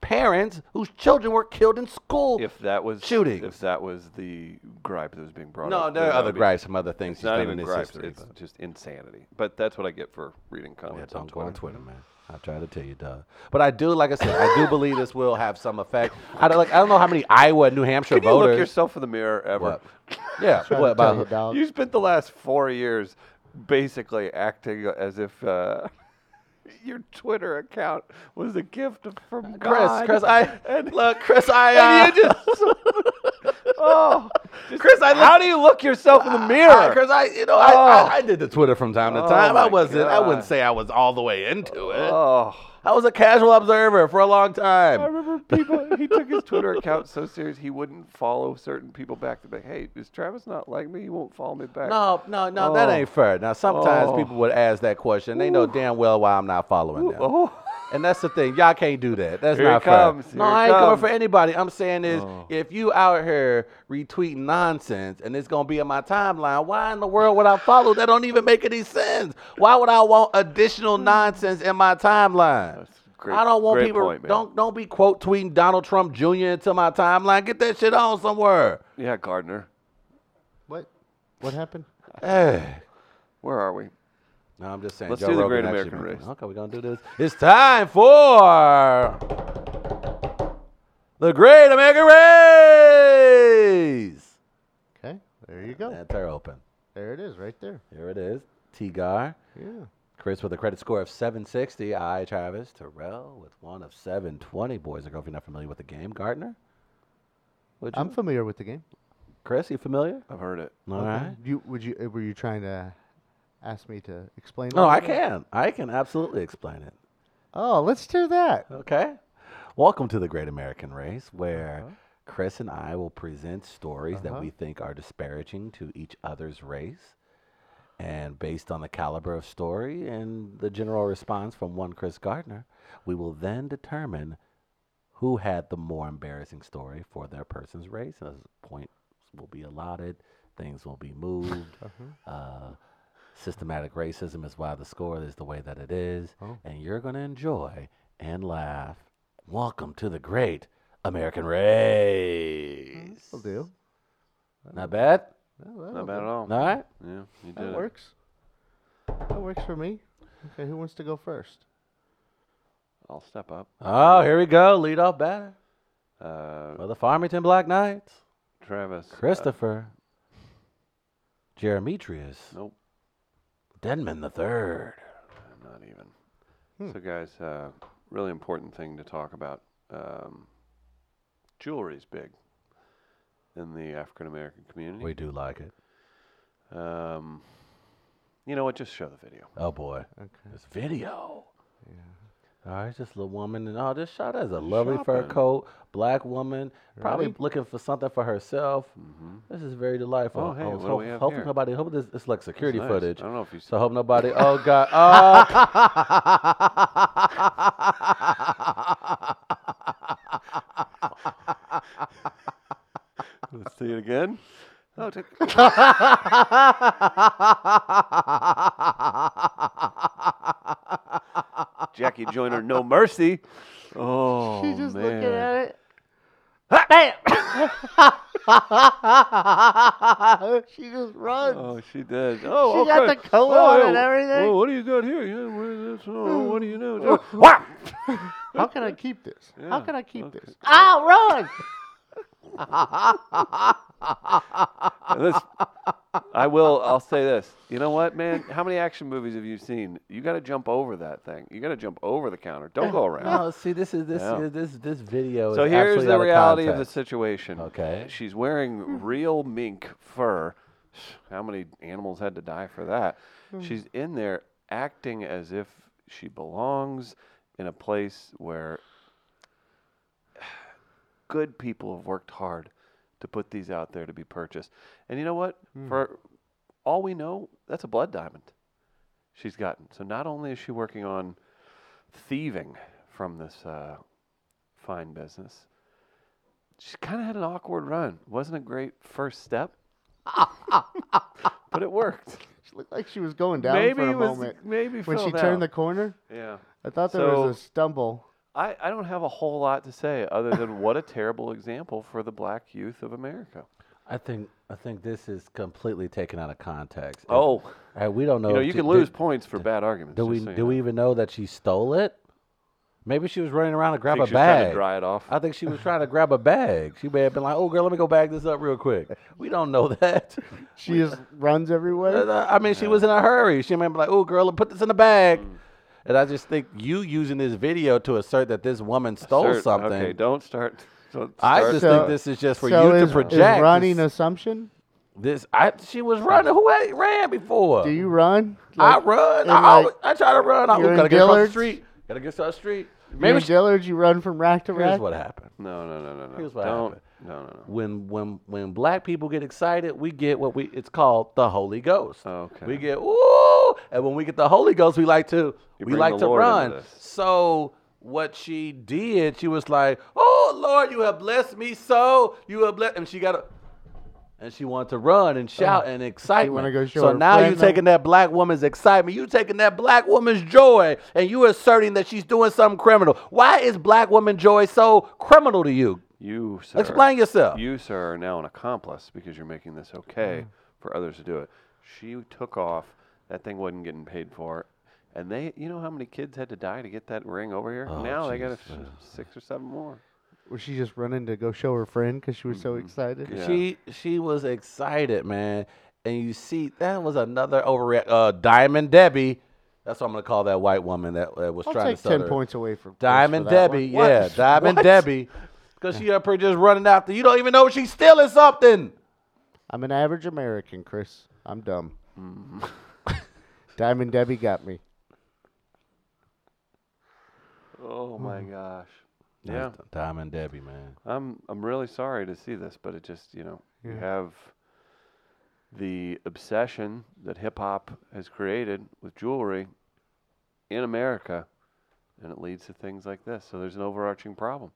Speaker 1: parents whose children were killed in school.
Speaker 2: If that was
Speaker 1: Shootings.
Speaker 2: if that was the gripe that was being brought
Speaker 1: no,
Speaker 2: up,
Speaker 1: there
Speaker 2: then
Speaker 1: are
Speaker 2: that
Speaker 1: other
Speaker 2: would be-
Speaker 1: gripes, some other things
Speaker 2: It's
Speaker 1: he's
Speaker 2: not
Speaker 1: done in
Speaker 2: even
Speaker 1: his
Speaker 2: gripes.
Speaker 1: history.
Speaker 2: It's
Speaker 1: but-
Speaker 2: just insanity. But that's what I get for reading
Speaker 1: Yeah,
Speaker 2: comments on
Speaker 1: don't go on
Speaker 2: Twitter.
Speaker 1: Twitter, man. I try to tell you, Doug. But I do, like I said, I do
Speaker 2: <laughs>
Speaker 1: believe this will have some effect. I don't like. I don't know how many Iowa, and New Hampshire
Speaker 2: Can you
Speaker 1: voters.
Speaker 2: look yourself in the mirror ever?
Speaker 1: What? Yeah,
Speaker 3: Trying
Speaker 1: what
Speaker 3: to tell you,
Speaker 1: about?
Speaker 2: <laughs>
Speaker 3: dog.
Speaker 2: You spent the last four years basically acting as if uh, <laughs> your Twitter account was a gift from
Speaker 1: Chris,
Speaker 2: God.
Speaker 1: Chris, I
Speaker 2: and,
Speaker 1: look, Chris, I, uh,
Speaker 2: and you just <laughs>
Speaker 1: <laughs>
Speaker 2: oh, Chris, how do you look yourself in the mirror?
Speaker 1: I- Chris, I, you know, I,
Speaker 2: Oh.
Speaker 1: I, I did the Twitter from time to
Speaker 2: Oh
Speaker 1: time.
Speaker 2: my
Speaker 1: I wasn't, I
Speaker 2: God.
Speaker 1: wouldn't say I was all the way into it.
Speaker 2: oh.
Speaker 1: I was a casual observer for a long
Speaker 2: I
Speaker 1: time.
Speaker 2: remember people. He took his Twitter account so serious he wouldn't follow certain people back. To be, hey, is Travis not like me? He won't follow me back.
Speaker 1: No, no, no, that
Speaker 2: Oh.
Speaker 1: ain't fair. Now, sometimes
Speaker 2: Oh.
Speaker 1: people would ask that question. They know damn well why I'm not following them.
Speaker 2: <laughs> Oh.
Speaker 1: And that's the thing. Y'all can't do that. That's
Speaker 2: Here it
Speaker 1: not
Speaker 2: comes.
Speaker 1: fair. No,
Speaker 2: Here it
Speaker 1: I ain't coming
Speaker 2: comes.
Speaker 1: for anybody. I'm saying is
Speaker 2: Oh.
Speaker 1: if you out here retweeting nonsense and it's gonna be in my timeline, why in the world would I follow? That don't even make any sense. Why would I want additional nonsense in my timeline?
Speaker 2: That's a great-
Speaker 1: I don't want
Speaker 2: great
Speaker 1: people
Speaker 2: point, man.
Speaker 1: don't don't be quote tweeting Donald Trump Jr. into my timeline. Get that shit on somewhere.
Speaker 2: Yeah, Gardner.
Speaker 3: What? What happened?
Speaker 1: Hey.
Speaker 2: Where are we?
Speaker 1: No, I'm just saying.
Speaker 2: Let's
Speaker 1: Joe
Speaker 2: do the
Speaker 1: Rogan
Speaker 2: Great
Speaker 1: actually
Speaker 2: American
Speaker 1: made-
Speaker 2: Race.
Speaker 1: Okay, we're gonna do this. It's time for the Great American Race.
Speaker 3: Okay, there you go.
Speaker 1: That's our open.
Speaker 3: There it is, right there.
Speaker 1: Here it is. Tigar,
Speaker 3: Yeah.
Speaker 1: Chris with a credit score of 760. I, Travis, Terrell with one of 720. Boys or girls, if you're not familiar with the game, Gardner. Would you?
Speaker 3: I'm familiar with the game.
Speaker 1: Chris, you familiar?
Speaker 2: I've heard it.
Speaker 1: All
Speaker 3: Okay.
Speaker 1: right.
Speaker 3: You would you uh, were you trying to ask me to explain?
Speaker 1: No,
Speaker 3: all
Speaker 1: I
Speaker 3: of that?
Speaker 1: can. I can absolutely explain it.
Speaker 3: Oh, let's do that.
Speaker 1: Okay. Welcome to the Great American Race, where Chris and I will present stories that
Speaker 3: Uh-huh.
Speaker 1: we think are disparaging to each other's race. And based on the caliber of story and the general response from one Chris Gardner, we will then determine who had the more embarrassing story for their person's race. And as points will be allotted, things will be moved. uh, systematic racism is why the score is the way that it is.
Speaker 3: Oh.
Speaker 1: And you're going to enjoy and laugh. Welcome to the great American race.
Speaker 3: Will do.
Speaker 1: Not bad?
Speaker 3: Oh, that'll
Speaker 2: Not bad at
Speaker 3: do.
Speaker 2: all.
Speaker 1: All right.
Speaker 2: Yeah, you did
Speaker 3: That
Speaker 2: it.
Speaker 3: works. That works for me. Okay, who wants to go first?
Speaker 2: I'll step up.
Speaker 1: Oh, here we go. Lead off batter.
Speaker 2: Uh,
Speaker 1: For the Farmington Black Knights,
Speaker 2: Travis. uh,
Speaker 1: Christopher Jeremetrius
Speaker 2: nope,
Speaker 1: Denman the third.
Speaker 2: not even. So, guys, uh, really important thing to talk about. Um, jewelry is big in the African American community.
Speaker 1: We do like it.
Speaker 2: Um, you know what? Just show the video.
Speaker 1: Oh boy,
Speaker 3: Okay.
Speaker 1: this video.
Speaker 3: Yeah.
Speaker 1: All right, just a little woman, and all this shot has a lovely fur
Speaker 2: Shopping.
Speaker 1: coat. Black woman, probably
Speaker 3: Really?
Speaker 1: looking for something for herself.
Speaker 2: Mm-hmm.
Speaker 1: This is very delightful.
Speaker 2: Oh, hey,
Speaker 1: I
Speaker 2: what
Speaker 1: was
Speaker 2: do
Speaker 1: hope-
Speaker 2: we have
Speaker 1: hoping
Speaker 2: here? Oh.
Speaker 1: nobody. Hope this it's like security footage.
Speaker 2: I don't know if you
Speaker 1: So
Speaker 2: saw.
Speaker 1: hope nobody. Oh God.
Speaker 2: <laughs>
Speaker 1: Oh.
Speaker 2: Let's see it again. Oh, <laughs> take- Jackie Joyner, no mercy. Oh
Speaker 3: She's just
Speaker 2: man. Ah!
Speaker 3: looking at it. <laughs> she just runs.
Speaker 2: Oh, she did. Oh,
Speaker 3: She got
Speaker 2: okay.
Speaker 3: the color on
Speaker 2: yeah.
Speaker 3: and everything.
Speaker 2: Oh, what are you doing here? Yeah, what is this? Oh, what do you know?
Speaker 3: <laughs>
Speaker 2: Oh, <laughs>
Speaker 3: How can I keep this? How
Speaker 2: Yeah,
Speaker 3: can I keep
Speaker 2: okay.
Speaker 3: this? I'll
Speaker 2: <laughs>
Speaker 3: run.
Speaker 2: And this- I will. I'll say this. You know what, man? How many action movies have you seen? You got to jump over that thing. You got to jump over the counter. Don't go
Speaker 3: <laughs>
Speaker 2: around.
Speaker 1: no, see, this is this
Speaker 2: Yeah.
Speaker 1: is- this this video.
Speaker 2: So
Speaker 1: is
Speaker 2: here's
Speaker 1: absolutely
Speaker 2: the
Speaker 1: out
Speaker 2: reality of the
Speaker 1: context.
Speaker 2: situation.
Speaker 1: Okay.
Speaker 2: She's wearing real mink fur. How many animals had to die for that? She's in there acting as if she belongs in a place where <sighs> good people have worked hard to put these out there to be purchased. And you know what? For all we know, that's a blood diamond she's gotten. So not only is she working on thieving from this uh, fine business, she kind of had an awkward run. Wasn't a great
Speaker 1: <laughs>
Speaker 2: first step, but it worked.
Speaker 3: She looked like she was going down
Speaker 2: maybe
Speaker 3: for a
Speaker 2: it was
Speaker 3: moment.
Speaker 2: maybe
Speaker 3: When she
Speaker 2: fell
Speaker 3: turned the
Speaker 2: down.
Speaker 3: corner,
Speaker 2: yeah.
Speaker 3: I thought there
Speaker 2: So-
Speaker 3: was a stumble.
Speaker 2: I, I don't have a whole lot to say other than what a terrible example for the black youth of America.
Speaker 1: I think I think this is completely taken out of context. And-
Speaker 2: Oh,
Speaker 1: and we don't know.
Speaker 2: you know,
Speaker 1: if
Speaker 2: you
Speaker 1: she-
Speaker 2: can
Speaker 1: Oh, did-
Speaker 2: lose points for bad arguments.
Speaker 1: Do
Speaker 2: <laughs> just
Speaker 1: we
Speaker 2: so you
Speaker 1: do
Speaker 2: know.
Speaker 1: we even know that she stole it? Maybe she was running around to grab
Speaker 2: Think
Speaker 1: a
Speaker 2: she's trying
Speaker 1: bag.
Speaker 2: to dry it off?
Speaker 1: I think she was trying to grab a bag. She may have been like, "Oh, girl, let me go bag this up real quick." We don't know
Speaker 2: <laughs>
Speaker 1: that.
Speaker 3: She just runs everywhere.
Speaker 1: Uh, I mean, she was in a hurry. She may be like, "Oh, girl, put this in the bag."
Speaker 2: Mm.
Speaker 1: And I just think you using this video to assert that this woman stole
Speaker 2: Sir,
Speaker 1: something.
Speaker 2: Okay, don't start. Don't
Speaker 1: I
Speaker 2: start-
Speaker 1: just
Speaker 3: So-
Speaker 1: think this is just for
Speaker 3: so
Speaker 1: you
Speaker 3: is,
Speaker 1: to
Speaker 3: is
Speaker 1: project. this-
Speaker 3: running assumption?
Speaker 1: this, I, she was running. Who had ran before?
Speaker 3: Do you run?
Speaker 1: I run.
Speaker 3: in,
Speaker 1: I,
Speaker 3: like,
Speaker 1: always, I try to run. I
Speaker 3: you're
Speaker 1: ooh,
Speaker 3: in
Speaker 1: gotta get across the
Speaker 3: Dillard's?
Speaker 1: street. Gotta get to the street.
Speaker 3: Maybe
Speaker 1: Maybe
Speaker 3: you
Speaker 1: she,
Speaker 3: Dillard, you run from rack to
Speaker 1: here's
Speaker 3: rack.
Speaker 1: what happened.
Speaker 2: No, no, no, no, no.
Speaker 1: Here's what
Speaker 2: don't.
Speaker 1: happened.
Speaker 2: No, no, no.
Speaker 1: When when when black people get excited, we get what we it's called the Holy Ghost.
Speaker 2: Okay.
Speaker 1: We get ooh, and when we get the Holy Ghost, we like to we
Speaker 2: bring
Speaker 1: like
Speaker 2: the
Speaker 1: to
Speaker 2: Lord into
Speaker 1: run.
Speaker 2: this.
Speaker 1: So what she did, she was like, "Oh Lord, you have blessed me so. You have blessed," and she got a. And she wanted to run and
Speaker 2: Uh-huh.
Speaker 1: shout and excitement.
Speaker 3: go show
Speaker 1: so
Speaker 3: her
Speaker 1: now
Speaker 3: friend
Speaker 1: you
Speaker 3: them?
Speaker 1: taking that black woman's excitement, you taking that black woman's joy, and you asserting that she's doing something criminal. Why is black woman joy so criminal to you?
Speaker 2: You, sir.
Speaker 1: Explain yourself.
Speaker 2: You, sir, are now an accomplice because you're making this okay for others to do it. She took off. That thing wasn't getting paid for. And they, you know how many kids had to die to get that ring over here?
Speaker 1: Oh,
Speaker 2: now they got a,
Speaker 1: Jesus.
Speaker 2: six or seven more.
Speaker 3: Was she just running to go show her friend because she was
Speaker 1: Mm-hmm.
Speaker 3: so excited?
Speaker 2: Yeah.
Speaker 1: She she was excited, man. And you see, that was another overreact. Uh, Diamond Debbie, that's what I'm gonna call that white woman that uh, was
Speaker 3: I'll
Speaker 1: trying
Speaker 3: take
Speaker 1: to sell
Speaker 3: ten
Speaker 1: her.
Speaker 3: points away from Chris
Speaker 1: Diamond
Speaker 3: for that one.
Speaker 1: Debbie,
Speaker 2: What?
Speaker 3: <laughs>
Speaker 1: yeah, Diamond
Speaker 2: What?
Speaker 1: Debbie, because she up here just running after. You don't even know she's stealing something.
Speaker 3: I'm an average American, Chris. I'm dumb.
Speaker 1: Mm-hmm.
Speaker 3: <laughs> Diamond Debbie got me.
Speaker 2: Oh my gosh. Yeah.
Speaker 1: That's Diamond Debbie, man.
Speaker 2: I'm I'm really sorry to see this, but it just you know you have the obsession that hip hop has created with jewelry in America, and it leads to things like this. So there's an overarching problem.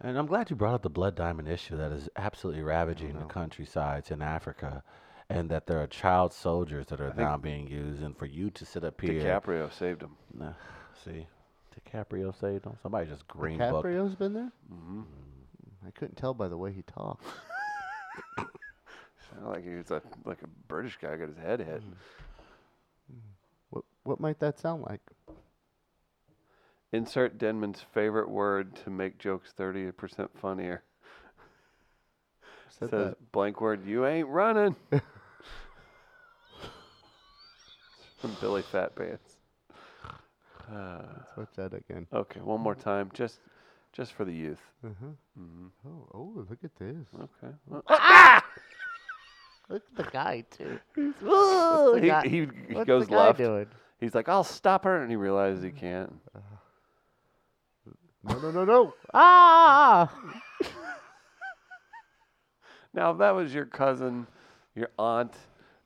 Speaker 1: And I'm glad you brought up the blood diamond issue that is absolutely ravaging the countrysides in Africa, and that there are child soldiers that are now being used. And for you to sit up here,
Speaker 2: DiCaprio saved him.
Speaker 1: Nah, see, DiCaprio saved him. Somebody just green book. Mm-hmm.
Speaker 3: DiCaprio's been there. I couldn't tell by the way he talked.
Speaker 2: Sounded Like he was a like a British guy got his head hit.
Speaker 3: Hmm. What What might that sound like?
Speaker 2: Insert Denman's favorite word to make jokes thirty percent funnier.
Speaker 3: Said
Speaker 2: Says
Speaker 3: that.
Speaker 2: blank word. You ain't
Speaker 3: <laughs>
Speaker 2: running. From Billy Fat Pants. Uh,
Speaker 3: What's that again?
Speaker 2: Okay, one more time, just just for the youth.
Speaker 3: Uh-huh.
Speaker 1: Mm-hmm.
Speaker 3: Oh, oh, look at this.
Speaker 2: Okay.
Speaker 3: Look at the guy <laughs> too.
Speaker 2: Well,
Speaker 3: Ooh,
Speaker 2: he,
Speaker 3: got-
Speaker 2: he, he
Speaker 3: what's
Speaker 2: goes
Speaker 3: the guy
Speaker 2: left.
Speaker 3: doing?
Speaker 2: He's like, "I'll stop her," and he realizes he can't.
Speaker 3: No, no, no, no. ah!
Speaker 2: Now, if that was your cousin, your aunt,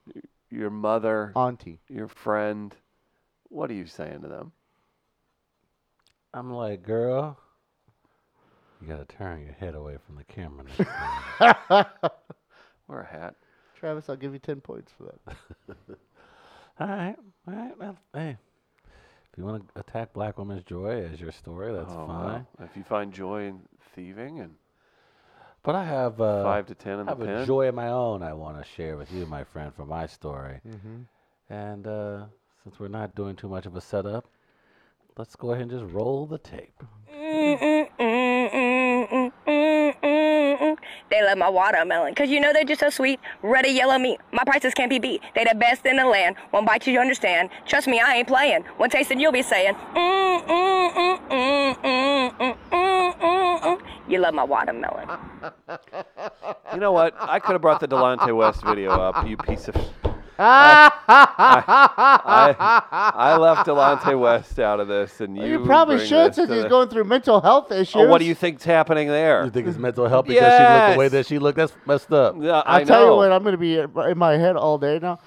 Speaker 2: y- your mother,
Speaker 3: Auntie.
Speaker 2: your friend, what are you saying to them?
Speaker 1: I'm like, girl, you gotta turn your head away from the camera.
Speaker 2: <laughs>
Speaker 1: now."
Speaker 2: Wear a hat.
Speaker 3: Travis, I'll give you ten points for that.
Speaker 1: all right, all right. Well, hey, if you want to attack black women's joy as your story, that's
Speaker 2: Oh, wow.
Speaker 1: fine.
Speaker 2: If you find joy in thieving and
Speaker 1: But I have uh,
Speaker 2: five to ten in
Speaker 1: I
Speaker 2: the
Speaker 1: have a
Speaker 2: pen,
Speaker 1: joy of my own I want to share with you, my friend, from my story.
Speaker 2: Mm-hmm.
Speaker 1: And uh, since we're not doing too much of a setup, let's go ahead and just roll the tape.
Speaker 4: They love my watermelon, 'cause you know they're just so sweet. Red or yellow meat, my prices can't be beat. They the best in the land. One bite you understand. Trust me, I ain't playing. One taste and you'll be saying, mm, mm, mm, mm, mm, mm, mm, mm, mm. You love my watermelon.
Speaker 2: you know what? I could have brought the Delonte West video up. You piece of. I, I, I left Delonte West out of this, and you.
Speaker 3: You, probably
Speaker 2: bring
Speaker 3: should
Speaker 2: this
Speaker 3: since
Speaker 2: to
Speaker 3: he's
Speaker 2: the-
Speaker 3: going through mental health issues.
Speaker 2: Oh, what do you think's happening there?
Speaker 1: You think
Speaker 2: <laughs>
Speaker 1: it's mental health because she looked the way
Speaker 2: Yes.
Speaker 1: that she looked? That's messed up.
Speaker 2: Yeah,
Speaker 3: I'll
Speaker 2: I
Speaker 3: tell
Speaker 2: know.
Speaker 3: you what, I'm going to be in my head all day now.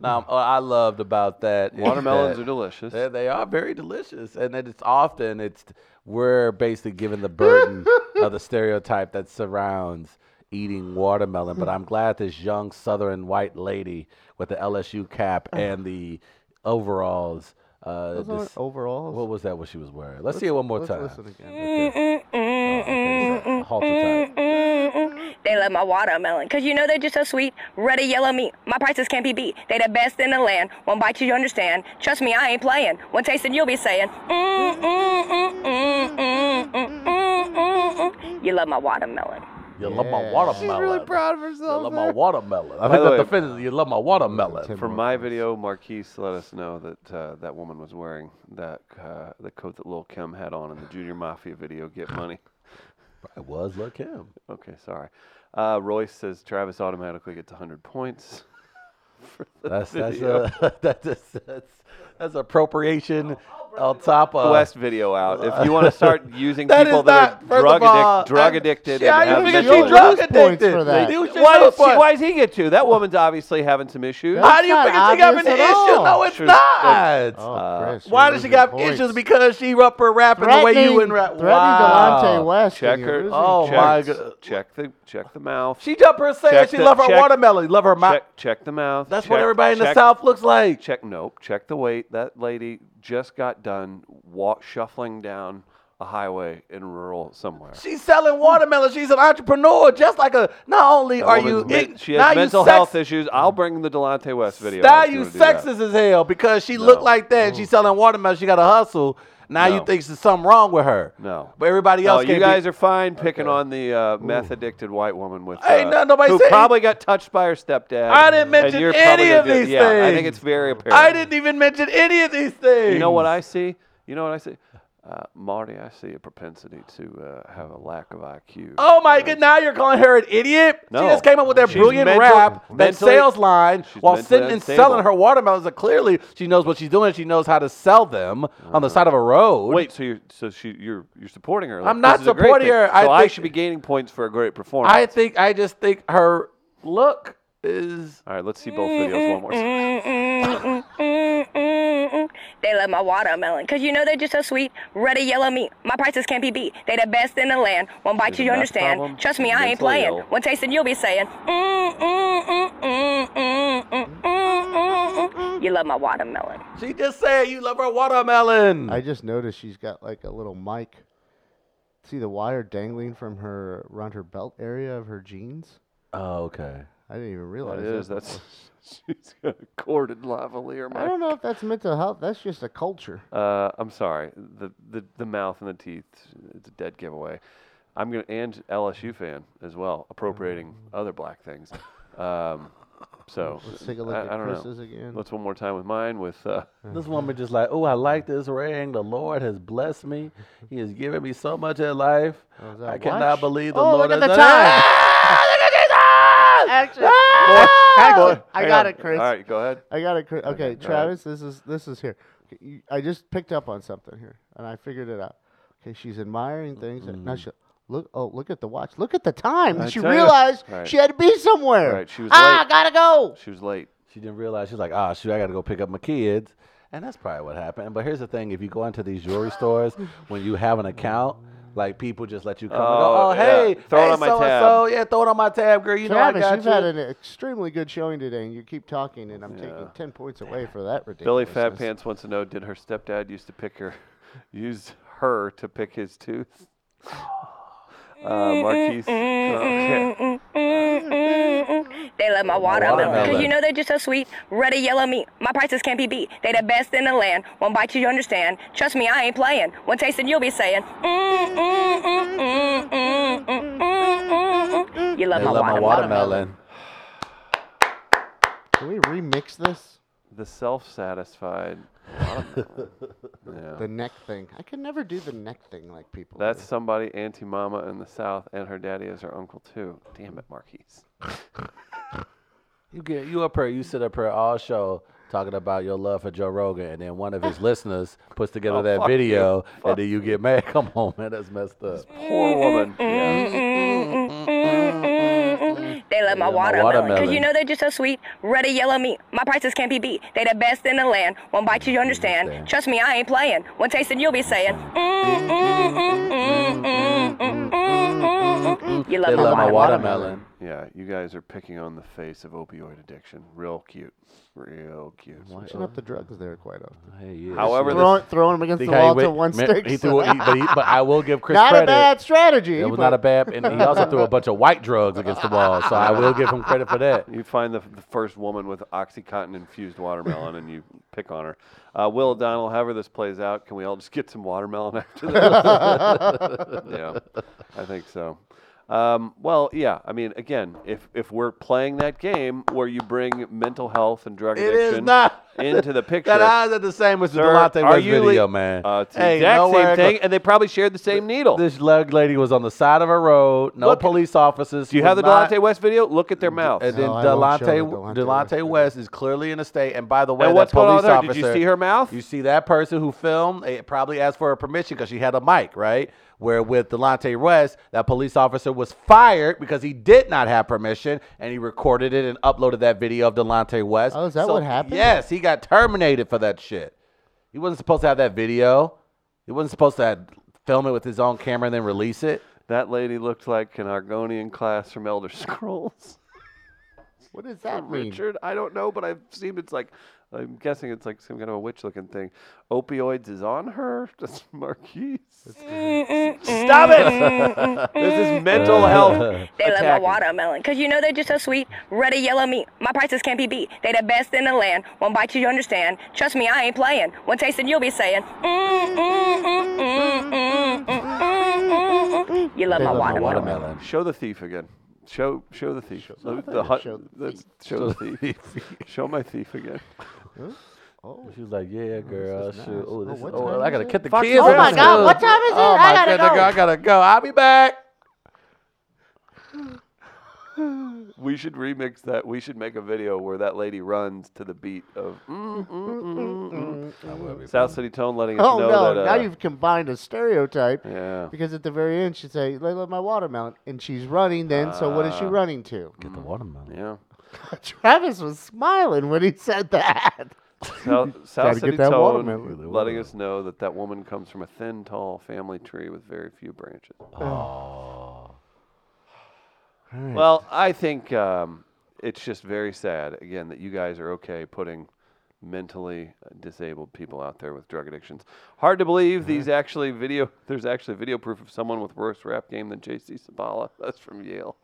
Speaker 1: Now, what I loved about that is <laughs>
Speaker 2: Watermelons
Speaker 1: that
Speaker 2: are delicious.
Speaker 1: They, they are very delicious, and that it's often it's we're basically given the burden of the stereotype that surrounds eating watermelon. But I'm glad this young Southern white lady with the LSU cap and the overalls Uh,
Speaker 3: Those aren't
Speaker 1: this-
Speaker 3: overalls.
Speaker 1: what was that? What she was wearing? Let's, see it one more
Speaker 3: Let's
Speaker 1: time.
Speaker 3: listen again.
Speaker 1: Okay. Oh, okay, so- Halt the time.
Speaker 4: Mm, They love my watermelon, cause you know they're just so sweet. Red or yellow meat, my prices can't be beat. They the best in the land. One bite you understand. Trust me, I ain't playing. One taste and you'll be saying, mm, mm, mm, mm, mm, mm, mm, mm, mm. You love my watermelon.
Speaker 1: You love my
Speaker 3: Yeah.
Speaker 1: watermelon.
Speaker 3: She's really proud of
Speaker 1: You
Speaker 3: herself.
Speaker 1: love my
Speaker 3: there.
Speaker 1: watermelon. I
Speaker 2: By
Speaker 1: think
Speaker 2: the
Speaker 1: that
Speaker 2: way-
Speaker 1: defends it. You love my watermelon.
Speaker 3: Tim
Speaker 2: From my
Speaker 3: Wilkins.
Speaker 2: video, Marquise let us know that uh, that woman was wearing that uh, the coat that Lil Kim had on in the Junior Mafia video,
Speaker 1: <laughs>
Speaker 2: Get Money.
Speaker 1: I was like him.
Speaker 2: Okay, sorry. Uh, Royce says Travis automatically gets 100 points. for
Speaker 1: <laughs>
Speaker 2: the
Speaker 1: That's that's
Speaker 2: video.
Speaker 1: a, that's, that's that's
Speaker 2: Oh,
Speaker 1: appropriation on top of
Speaker 2: West video out. If you
Speaker 1: <laughs>
Speaker 2: want to start using
Speaker 1: Uh, That
Speaker 2: people
Speaker 1: is not
Speaker 2: that are
Speaker 1: first
Speaker 2: drug,
Speaker 1: of all,
Speaker 2: addic- drug
Speaker 1: I-
Speaker 2: addicted,
Speaker 1: She, I
Speaker 2: and have
Speaker 1: didn't think
Speaker 2: mental
Speaker 1: she
Speaker 3: you
Speaker 2: issues.
Speaker 1: drug
Speaker 3: lose points
Speaker 1: addicted.
Speaker 3: for that.
Speaker 1: They do shit
Speaker 2: Why,
Speaker 1: for
Speaker 2: does she,
Speaker 1: fun.
Speaker 2: why does he get two? That woman's obviously having some issues.
Speaker 3: That's
Speaker 1: How do you
Speaker 3: not
Speaker 1: figure she got an
Speaker 3: obvious
Speaker 1: issue?
Speaker 3: at all.
Speaker 1: No, it's
Speaker 2: Sure,
Speaker 1: not.
Speaker 3: Oh,
Speaker 2: Uh,
Speaker 3: Chris, you're
Speaker 1: why does she
Speaker 3: losing
Speaker 1: got
Speaker 3: points.
Speaker 1: issues? Because she up her rapping the way you and rap.
Speaker 3: Threatening
Speaker 1: Wow.
Speaker 3: Delonte West. and
Speaker 2: Check
Speaker 3: you're
Speaker 2: her.
Speaker 3: losing
Speaker 1: Oh,
Speaker 2: check,
Speaker 3: points.
Speaker 1: my go-
Speaker 2: Check the check the mouth.
Speaker 1: She up her saying
Speaker 2: Check
Speaker 1: she
Speaker 2: the-
Speaker 1: love her
Speaker 2: check-
Speaker 1: watermelon, love her mouth.
Speaker 2: check check the mouth.
Speaker 1: That's what
Speaker 2: check-
Speaker 1: everybody in the
Speaker 2: check-
Speaker 1: South looks like.
Speaker 2: Check nope. Check the weight. That lady just got done walk shuffling down a highway in rural somewhere.
Speaker 1: She's selling watermelon. She's an entrepreneur, just like a. Not only
Speaker 2: That
Speaker 1: are you,
Speaker 2: woman's men-
Speaker 1: ig-
Speaker 2: she has
Speaker 1: now you
Speaker 2: mental
Speaker 1: sex-
Speaker 2: health issues. I'll bring the Delonte West video.
Speaker 1: Now
Speaker 2: if
Speaker 1: you
Speaker 2: wanna do that. Mm.
Speaker 1: sexist as hell because she looked like that. and She's selling watermelon. She got to hustle. Now you
Speaker 2: No.
Speaker 1: think there's something wrong with her.
Speaker 2: No.
Speaker 1: but everybody
Speaker 2: No,
Speaker 1: else.
Speaker 2: Oh, you
Speaker 1: can't
Speaker 2: guys
Speaker 1: be,
Speaker 2: are fine picking on the uh, meth addicted white woman with
Speaker 1: Ain't
Speaker 2: uh,
Speaker 1: nothing nobody
Speaker 2: who
Speaker 1: saying-
Speaker 2: probably got touched by her stepdad.
Speaker 1: I didn't
Speaker 2: and
Speaker 1: mention
Speaker 2: you're probably
Speaker 1: any of
Speaker 2: gonna do-
Speaker 1: these
Speaker 2: yeah, I think
Speaker 1: things.
Speaker 2: it's very apparent.
Speaker 1: I didn't even mention any of these things.
Speaker 2: You know what I see? You know what I see? Uh, Marty, I see a propensity to uh, have a lack of IQ.
Speaker 1: Oh my
Speaker 2: Uh,
Speaker 1: god! Now you're calling her an idiot.
Speaker 2: No.
Speaker 1: She just came up with that
Speaker 2: She's
Speaker 1: brilliant
Speaker 2: mental-
Speaker 1: rap, that
Speaker 2: mentally-
Speaker 1: sales line,
Speaker 2: she's
Speaker 1: while
Speaker 2: mentally
Speaker 1: sitting and
Speaker 2: unstable.
Speaker 1: selling her watermelons. And clearly, she knows what she's doing. She knows how to sell them on the side of a road.
Speaker 2: Uh-huh. Wait, so you're so she you're you're supporting her?
Speaker 1: I'm
Speaker 2: This
Speaker 1: not
Speaker 2: is a great
Speaker 1: supporting
Speaker 2: thing.
Speaker 1: her.
Speaker 2: So
Speaker 1: I
Speaker 2: I,
Speaker 1: think-
Speaker 2: should be gaining points for a great performance.
Speaker 1: I think I just think her look is.
Speaker 2: All right, let's see both videos one more
Speaker 4: <laughs>
Speaker 2: time.
Speaker 4: Mm, mm, mm, mm, mm, mm. They love my watermelon, cause you know they're just so sweet. Red or yellow meat, my prices can't be beat. They the best in the land. One bite
Speaker 2: Is it
Speaker 4: you
Speaker 2: math
Speaker 4: understand.
Speaker 2: problem?
Speaker 4: Trust me, I ain't
Speaker 2: Mentally
Speaker 4: playing.
Speaker 2: ill.
Speaker 4: One taste and you'll be saying, mm, mm, mm, mm, mm, mm, mm, mm, mm. You love my watermelon.
Speaker 1: She just said you love her watermelon.
Speaker 3: I just noticed she's got like a little mic. See the wire dangling from her around her belt area of her jeans.
Speaker 1: oh, okay.
Speaker 3: I didn't even
Speaker 2: That
Speaker 3: realize
Speaker 2: is
Speaker 3: that
Speaker 2: that's <laughs> she's got a corded lavalier.
Speaker 3: before. I don't know if that's mental health. That's just
Speaker 2: <laughs>
Speaker 3: a culture.
Speaker 2: Uh, I'm sorry. The, the the mouth and the teeth. It's a dead giveaway. I'm gonna and LSU fan as well, appropriating other black things. Um, so
Speaker 3: <laughs> Let's take a look
Speaker 2: I,
Speaker 3: at
Speaker 2: I don't
Speaker 3: Chris's
Speaker 2: know.
Speaker 3: again.
Speaker 2: Let's one more time with mine. With uh,
Speaker 1: This woman just like, oh, I like this ring. The Lord has blessed me. He has given me so much in life.
Speaker 3: Oh, is that
Speaker 1: I
Speaker 3: a
Speaker 1: cannot
Speaker 3: watch?
Speaker 1: believe the
Speaker 5: Oh,
Speaker 1: Lord
Speaker 5: look at
Speaker 1: has
Speaker 5: the
Speaker 1: done-
Speaker 5: time.
Speaker 1: Ah, <laughs> look at Jesus!
Speaker 5: Actually,
Speaker 1: Ah!
Speaker 5: actually,
Speaker 2: Boy,
Speaker 5: I
Speaker 2: hang
Speaker 5: got
Speaker 2: on.
Speaker 5: it, Chris.
Speaker 2: All right, go ahead.
Speaker 3: I got it. Chris.
Speaker 2: Okay,
Speaker 3: Okay,
Speaker 2: go
Speaker 3: Travis, this is this is here. Okay, you- I just picked up on something here, and I figured it out. Okay, she's admiring things. and Now she look. Oh, look at the watch. Look at the time.
Speaker 2: Mm. I
Speaker 3: she
Speaker 2: tell ya.
Speaker 3: realized
Speaker 2: Right.
Speaker 3: she had to be somewhere.
Speaker 2: Right, she was
Speaker 5: Ah,
Speaker 2: late.
Speaker 5: I gotta go.
Speaker 2: She was late.
Speaker 1: She didn't realize. She's like, ah, shoot, I got to go pick up my kids. And that's probably what happened. But here's the thing if you go into these jewelry stores, when you have an account, like people just let you come
Speaker 2: Oh,
Speaker 1: and go, oh,
Speaker 2: yeah.
Speaker 1: hey,
Speaker 2: Throw it
Speaker 1: hey,
Speaker 2: on my
Speaker 1: so and so. Yeah, throw it on my tab, girl. You
Speaker 3: Travis,
Speaker 1: know I got
Speaker 3: you've
Speaker 1: you.
Speaker 3: had an extremely good showing today, and you keep talking, and I'm
Speaker 2: Yeah.
Speaker 3: taking ten points away for that
Speaker 2: Billy
Speaker 3: ridiculous.
Speaker 2: Fat Pants wants to know: Did her stepdad used to pick her, <laughs> used her to pick his tooth? Uh, Marquise. Okay.
Speaker 4: They love my watermelon.
Speaker 1: watermelon.
Speaker 4: Cause you know they're just so sweet. Red or yellow meat, my prices can't be beat. They the best in the land. One bite you understand. Trust me, I ain't playing. One taste and you'll be saying, mm, mm, mm, mm, mm, mm, mm, mm. You love
Speaker 1: They
Speaker 4: my
Speaker 1: love my
Speaker 4: watermelon.
Speaker 1: watermelon.
Speaker 3: Can we remix this?
Speaker 2: The self-satisfied. watermelon. yeah.
Speaker 3: The neck thing. I could never do the neck thing like people. do.
Speaker 2: That's somebody, Auntie Mama in the South, and her daddy is her uncle too. Damn it, Marquise.
Speaker 1: You get you up here, you sit up here all show talking about your love for Joe Rogan, and then one of his listeners puts together
Speaker 2: Oh,
Speaker 1: that
Speaker 2: fuck you.
Speaker 1: video, and then you get mad. <laughs> Come on, man, that's messed up.
Speaker 2: Poor woman. Yeah.
Speaker 4: Mm, They love my
Speaker 1: love my
Speaker 4: watermelon. Cause
Speaker 1: watermelon.
Speaker 4: you know they're just so sweet. Red or yellow meat, my prices can't be beat. They the best in the land. One bite you understand.
Speaker 1: Understand.
Speaker 4: Trust me, I ain't playing. One taste and you'll be saying, mm, mm, mm, mm, mm, mm, mm, mm, mm, You love
Speaker 1: they
Speaker 4: my
Speaker 1: love my
Speaker 3: watermelon.
Speaker 1: watermelon.
Speaker 2: Yeah, you guys are picking on the face of opioid addiction. Real cute. Real cute.
Speaker 3: Switching up the drugs there quite often.
Speaker 1: Hey, yeah.
Speaker 2: However, this-
Speaker 3: Throwing, throwing them against the
Speaker 1: Think how he
Speaker 3: wall to
Speaker 1: went-
Speaker 3: one
Speaker 1: me-
Speaker 3: stick.
Speaker 1: he
Speaker 3: <laughs>
Speaker 1: threw- he- but, he- but I will give Chris
Speaker 3: not
Speaker 1: credit.
Speaker 3: a bad strategy.
Speaker 1: It was
Speaker 3: but
Speaker 1: not a bad, and he also <laughs> threw a bunch of white drugs against the wall. So I will give him credit for that.
Speaker 2: You find the, the first woman with OxyContin infused watermelon and you pick on her. Uh, Will O'Donnell, however this plays out, can we all just get some watermelon <laughs> after this?
Speaker 1: <laughs>
Speaker 2: yeah, I think so. Um, well, yeah, I mean, again, if, if we're playing that game where you bring mental health and drug
Speaker 1: It is
Speaker 2: addiction
Speaker 1: not
Speaker 2: <laughs> into the picture,
Speaker 1: <laughs> That eyes are the same as the
Speaker 2: sir,
Speaker 1: Delonte
Speaker 2: are
Speaker 1: West
Speaker 2: you
Speaker 1: video,
Speaker 2: le-
Speaker 1: man.
Speaker 2: Uh, it's the
Speaker 1: Hey,
Speaker 2: exact
Speaker 1: nowhere
Speaker 2: same
Speaker 1: clo-
Speaker 2: thing, and they probably shared the same
Speaker 1: <laughs>
Speaker 2: needle.
Speaker 1: This leg lady was on the side of a road. No
Speaker 2: Look-
Speaker 1: police officers.
Speaker 2: Do you have the
Speaker 1: was not-
Speaker 2: Delonte West video? Look at their
Speaker 1: <laughs>
Speaker 2: mouth.
Speaker 1: And then
Speaker 3: No, I won't show the
Speaker 1: Delonte
Speaker 3: Delonte West
Speaker 1: Delonte
Speaker 3: video.
Speaker 1: West is clearly in a state. And by the way,
Speaker 2: And
Speaker 1: that
Speaker 2: what's going on
Speaker 1: police
Speaker 2: with her?
Speaker 1: officer.
Speaker 2: Did you see her mouth?
Speaker 1: You see that person who filmed? It probably asked for a permission because she had a mic, right? Where with Delonte West, that police officer was fired because he did not have permission, and he recorded it and uploaded that video of Delonte West.
Speaker 3: Oh, is that what happened?
Speaker 1: Yes, he got terminated for that shit. He wasn't supposed to have that video. He wasn't supposed to have, film it with his own camera and then release it.
Speaker 2: That lady looked like an Argonian class from Elder Scrolls.
Speaker 3: What does that mean?
Speaker 2: Richard, I don't know, but I've seen it's like, I'm guessing it's like some kind of a witch looking thing. Opioids is on her. <laughs> That's Marquise. Stop it! <laughs> this is
Speaker 3: Mm.
Speaker 2: mental
Speaker 3: <laughs>
Speaker 2: health. <laughs>
Speaker 4: They love my
Speaker 2: attacking.
Speaker 4: watermelon. Cause you know they're just so sweet. Red or yellow meat. My prices can't be beat. They the best in the land. One bite you understand. Trust me, I ain't playing. One taste and you'll be saying, mm, mm, mm, mm, mm, mm, mm, mm, mm. You love
Speaker 3: They
Speaker 4: my
Speaker 3: love my
Speaker 4: watermelon.
Speaker 1: Watermelon.
Speaker 2: Show the thief again. Show show the thief. Show the,
Speaker 3: the-
Speaker 2: hut-
Speaker 3: show the
Speaker 2: that's- show the thief. <laughs> show my thief again.
Speaker 3: Oh,
Speaker 1: She was like, "Yeah, girl,
Speaker 3: is
Speaker 1: shoot,
Speaker 3: nice.
Speaker 1: oh,
Speaker 3: Oh,
Speaker 1: this is-
Speaker 3: what
Speaker 1: oh,
Speaker 3: time
Speaker 1: I
Speaker 3: is
Speaker 1: gotta
Speaker 3: it?
Speaker 1: get the
Speaker 2: Fox
Speaker 1: kids."
Speaker 2: is
Speaker 1: out
Speaker 2: Oh my
Speaker 1: of
Speaker 2: God,
Speaker 1: school.
Speaker 3: what time is it?
Speaker 1: Oh
Speaker 3: I
Speaker 1: my
Speaker 3: gotta
Speaker 1: goodness,
Speaker 3: go.
Speaker 1: girl, I gotta go. I'll be back.
Speaker 2: We should remix that. We should make a video where that lady runs to the beat of mm, mm, mm, mm, mm. South City Tone, letting us
Speaker 3: Oh,
Speaker 2: know
Speaker 3: no.
Speaker 2: that. Uh,
Speaker 3: now you've combined a stereotype.
Speaker 2: yeah.
Speaker 3: Because at the very end, she'd say, "I love my watermelon," and she's running. Then, so what is
Speaker 1: Ah.
Speaker 3: she running to? <laughs>
Speaker 1: Get the watermelon.
Speaker 2: Yeah.
Speaker 3: Travis was smiling when he said that.
Speaker 2: <laughs> South,
Speaker 3: Gotta
Speaker 2: South
Speaker 3: get
Speaker 2: City
Speaker 3: that
Speaker 2: Tone
Speaker 3: watermelon.
Speaker 2: letting us know that that woman comes from a thin, tall family tree with very few branches. Well, I think um, it's just very sad, again, that you guys are okay putting mentally disabled people out there with drug addictions. Hard to believe these actually video. There's actually video proof of someone with worse rap game than J.C. Sabala. <laughs> That's from Yale.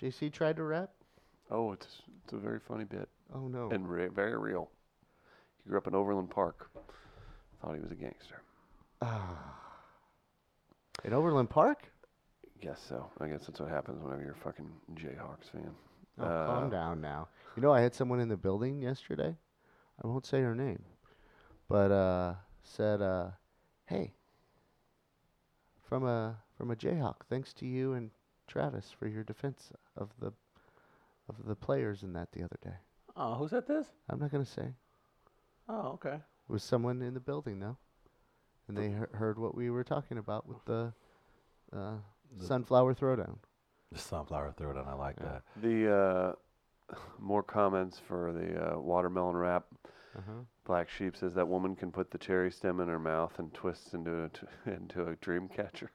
Speaker 3: JC tried to rap.
Speaker 2: Oh, it's it's a very funny bit
Speaker 3: Oh no.
Speaker 2: and re- very real. He grew up in Overland Park. Thought he was a gangster.
Speaker 3: Ah. In Overland Park?
Speaker 2: Guess so. I guess that's what happens whenever you're a fucking Jayhawks fan. Uh,
Speaker 3: Oh,
Speaker 1: Uh,
Speaker 3: calm down now. You know, I had someone in the building yesterday. I won't say her name, but uh, said, uh, "Hey, from a from a Jayhawk. Thanks to you and Travis for your defense of the of the players in that the other day.
Speaker 1: Oh, who said this?
Speaker 3: I'm not gonna say it
Speaker 1: Oh, okay.
Speaker 3: was someone in the building though, and they he- heard what we were talking about with the uh, sunflower throwdown.
Speaker 1: The sunflower threw it on. I like that.
Speaker 2: The uh, <laughs> more comments for the uh, watermelon wrap.
Speaker 3: Mm-hmm.
Speaker 2: Black Sheep says that woman can put the cherry stem in her mouth and twists into a t- <laughs> into a dream catcher.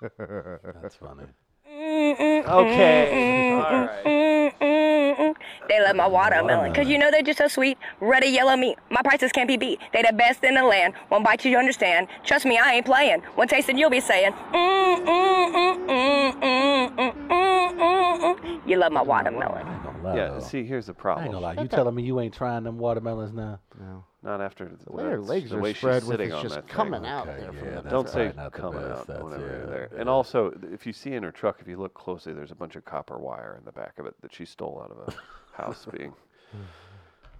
Speaker 1: That's funny.
Speaker 2: Okay. All right.
Speaker 4: Mm-mm-mm. They love my watermelon. Cause you know they're just so sweet. Red or yellow meat. My prices can't be beat. They the best in the land. One bite you understand. Trust me, I ain't playing. One taste and you'll be saying, mm mm mm mm mm mm mm mm mm. You love my watermelon.
Speaker 1: I ain't gonna lie.
Speaker 2: Yeah.
Speaker 1: though.
Speaker 2: See, here's the
Speaker 1: Uh, I ain't
Speaker 3: oh,
Speaker 1: gonna
Speaker 2: problem.
Speaker 1: lie. You telling me you ain't trying them watermelons now?
Speaker 3: No,
Speaker 2: Not after the,
Speaker 3: the way her
Speaker 2: that's
Speaker 3: legs
Speaker 2: the
Speaker 3: are
Speaker 2: way
Speaker 3: spread
Speaker 2: she's
Speaker 3: with
Speaker 2: sitting
Speaker 3: it's
Speaker 2: on
Speaker 3: just
Speaker 2: that thing.
Speaker 3: coming out
Speaker 1: Okay,
Speaker 3: there from
Speaker 1: yeah,
Speaker 3: the
Speaker 1: that's
Speaker 3: front.
Speaker 2: Don't say
Speaker 1: probably not the
Speaker 2: coming
Speaker 1: best.
Speaker 2: out
Speaker 1: That's-
Speaker 2: whenever you're
Speaker 1: yeah,
Speaker 2: there. And
Speaker 1: yeah.
Speaker 2: also, th- if you see in her truck, if you look closely, there's a bunch of copper wire in the back of it that she stole out of a house being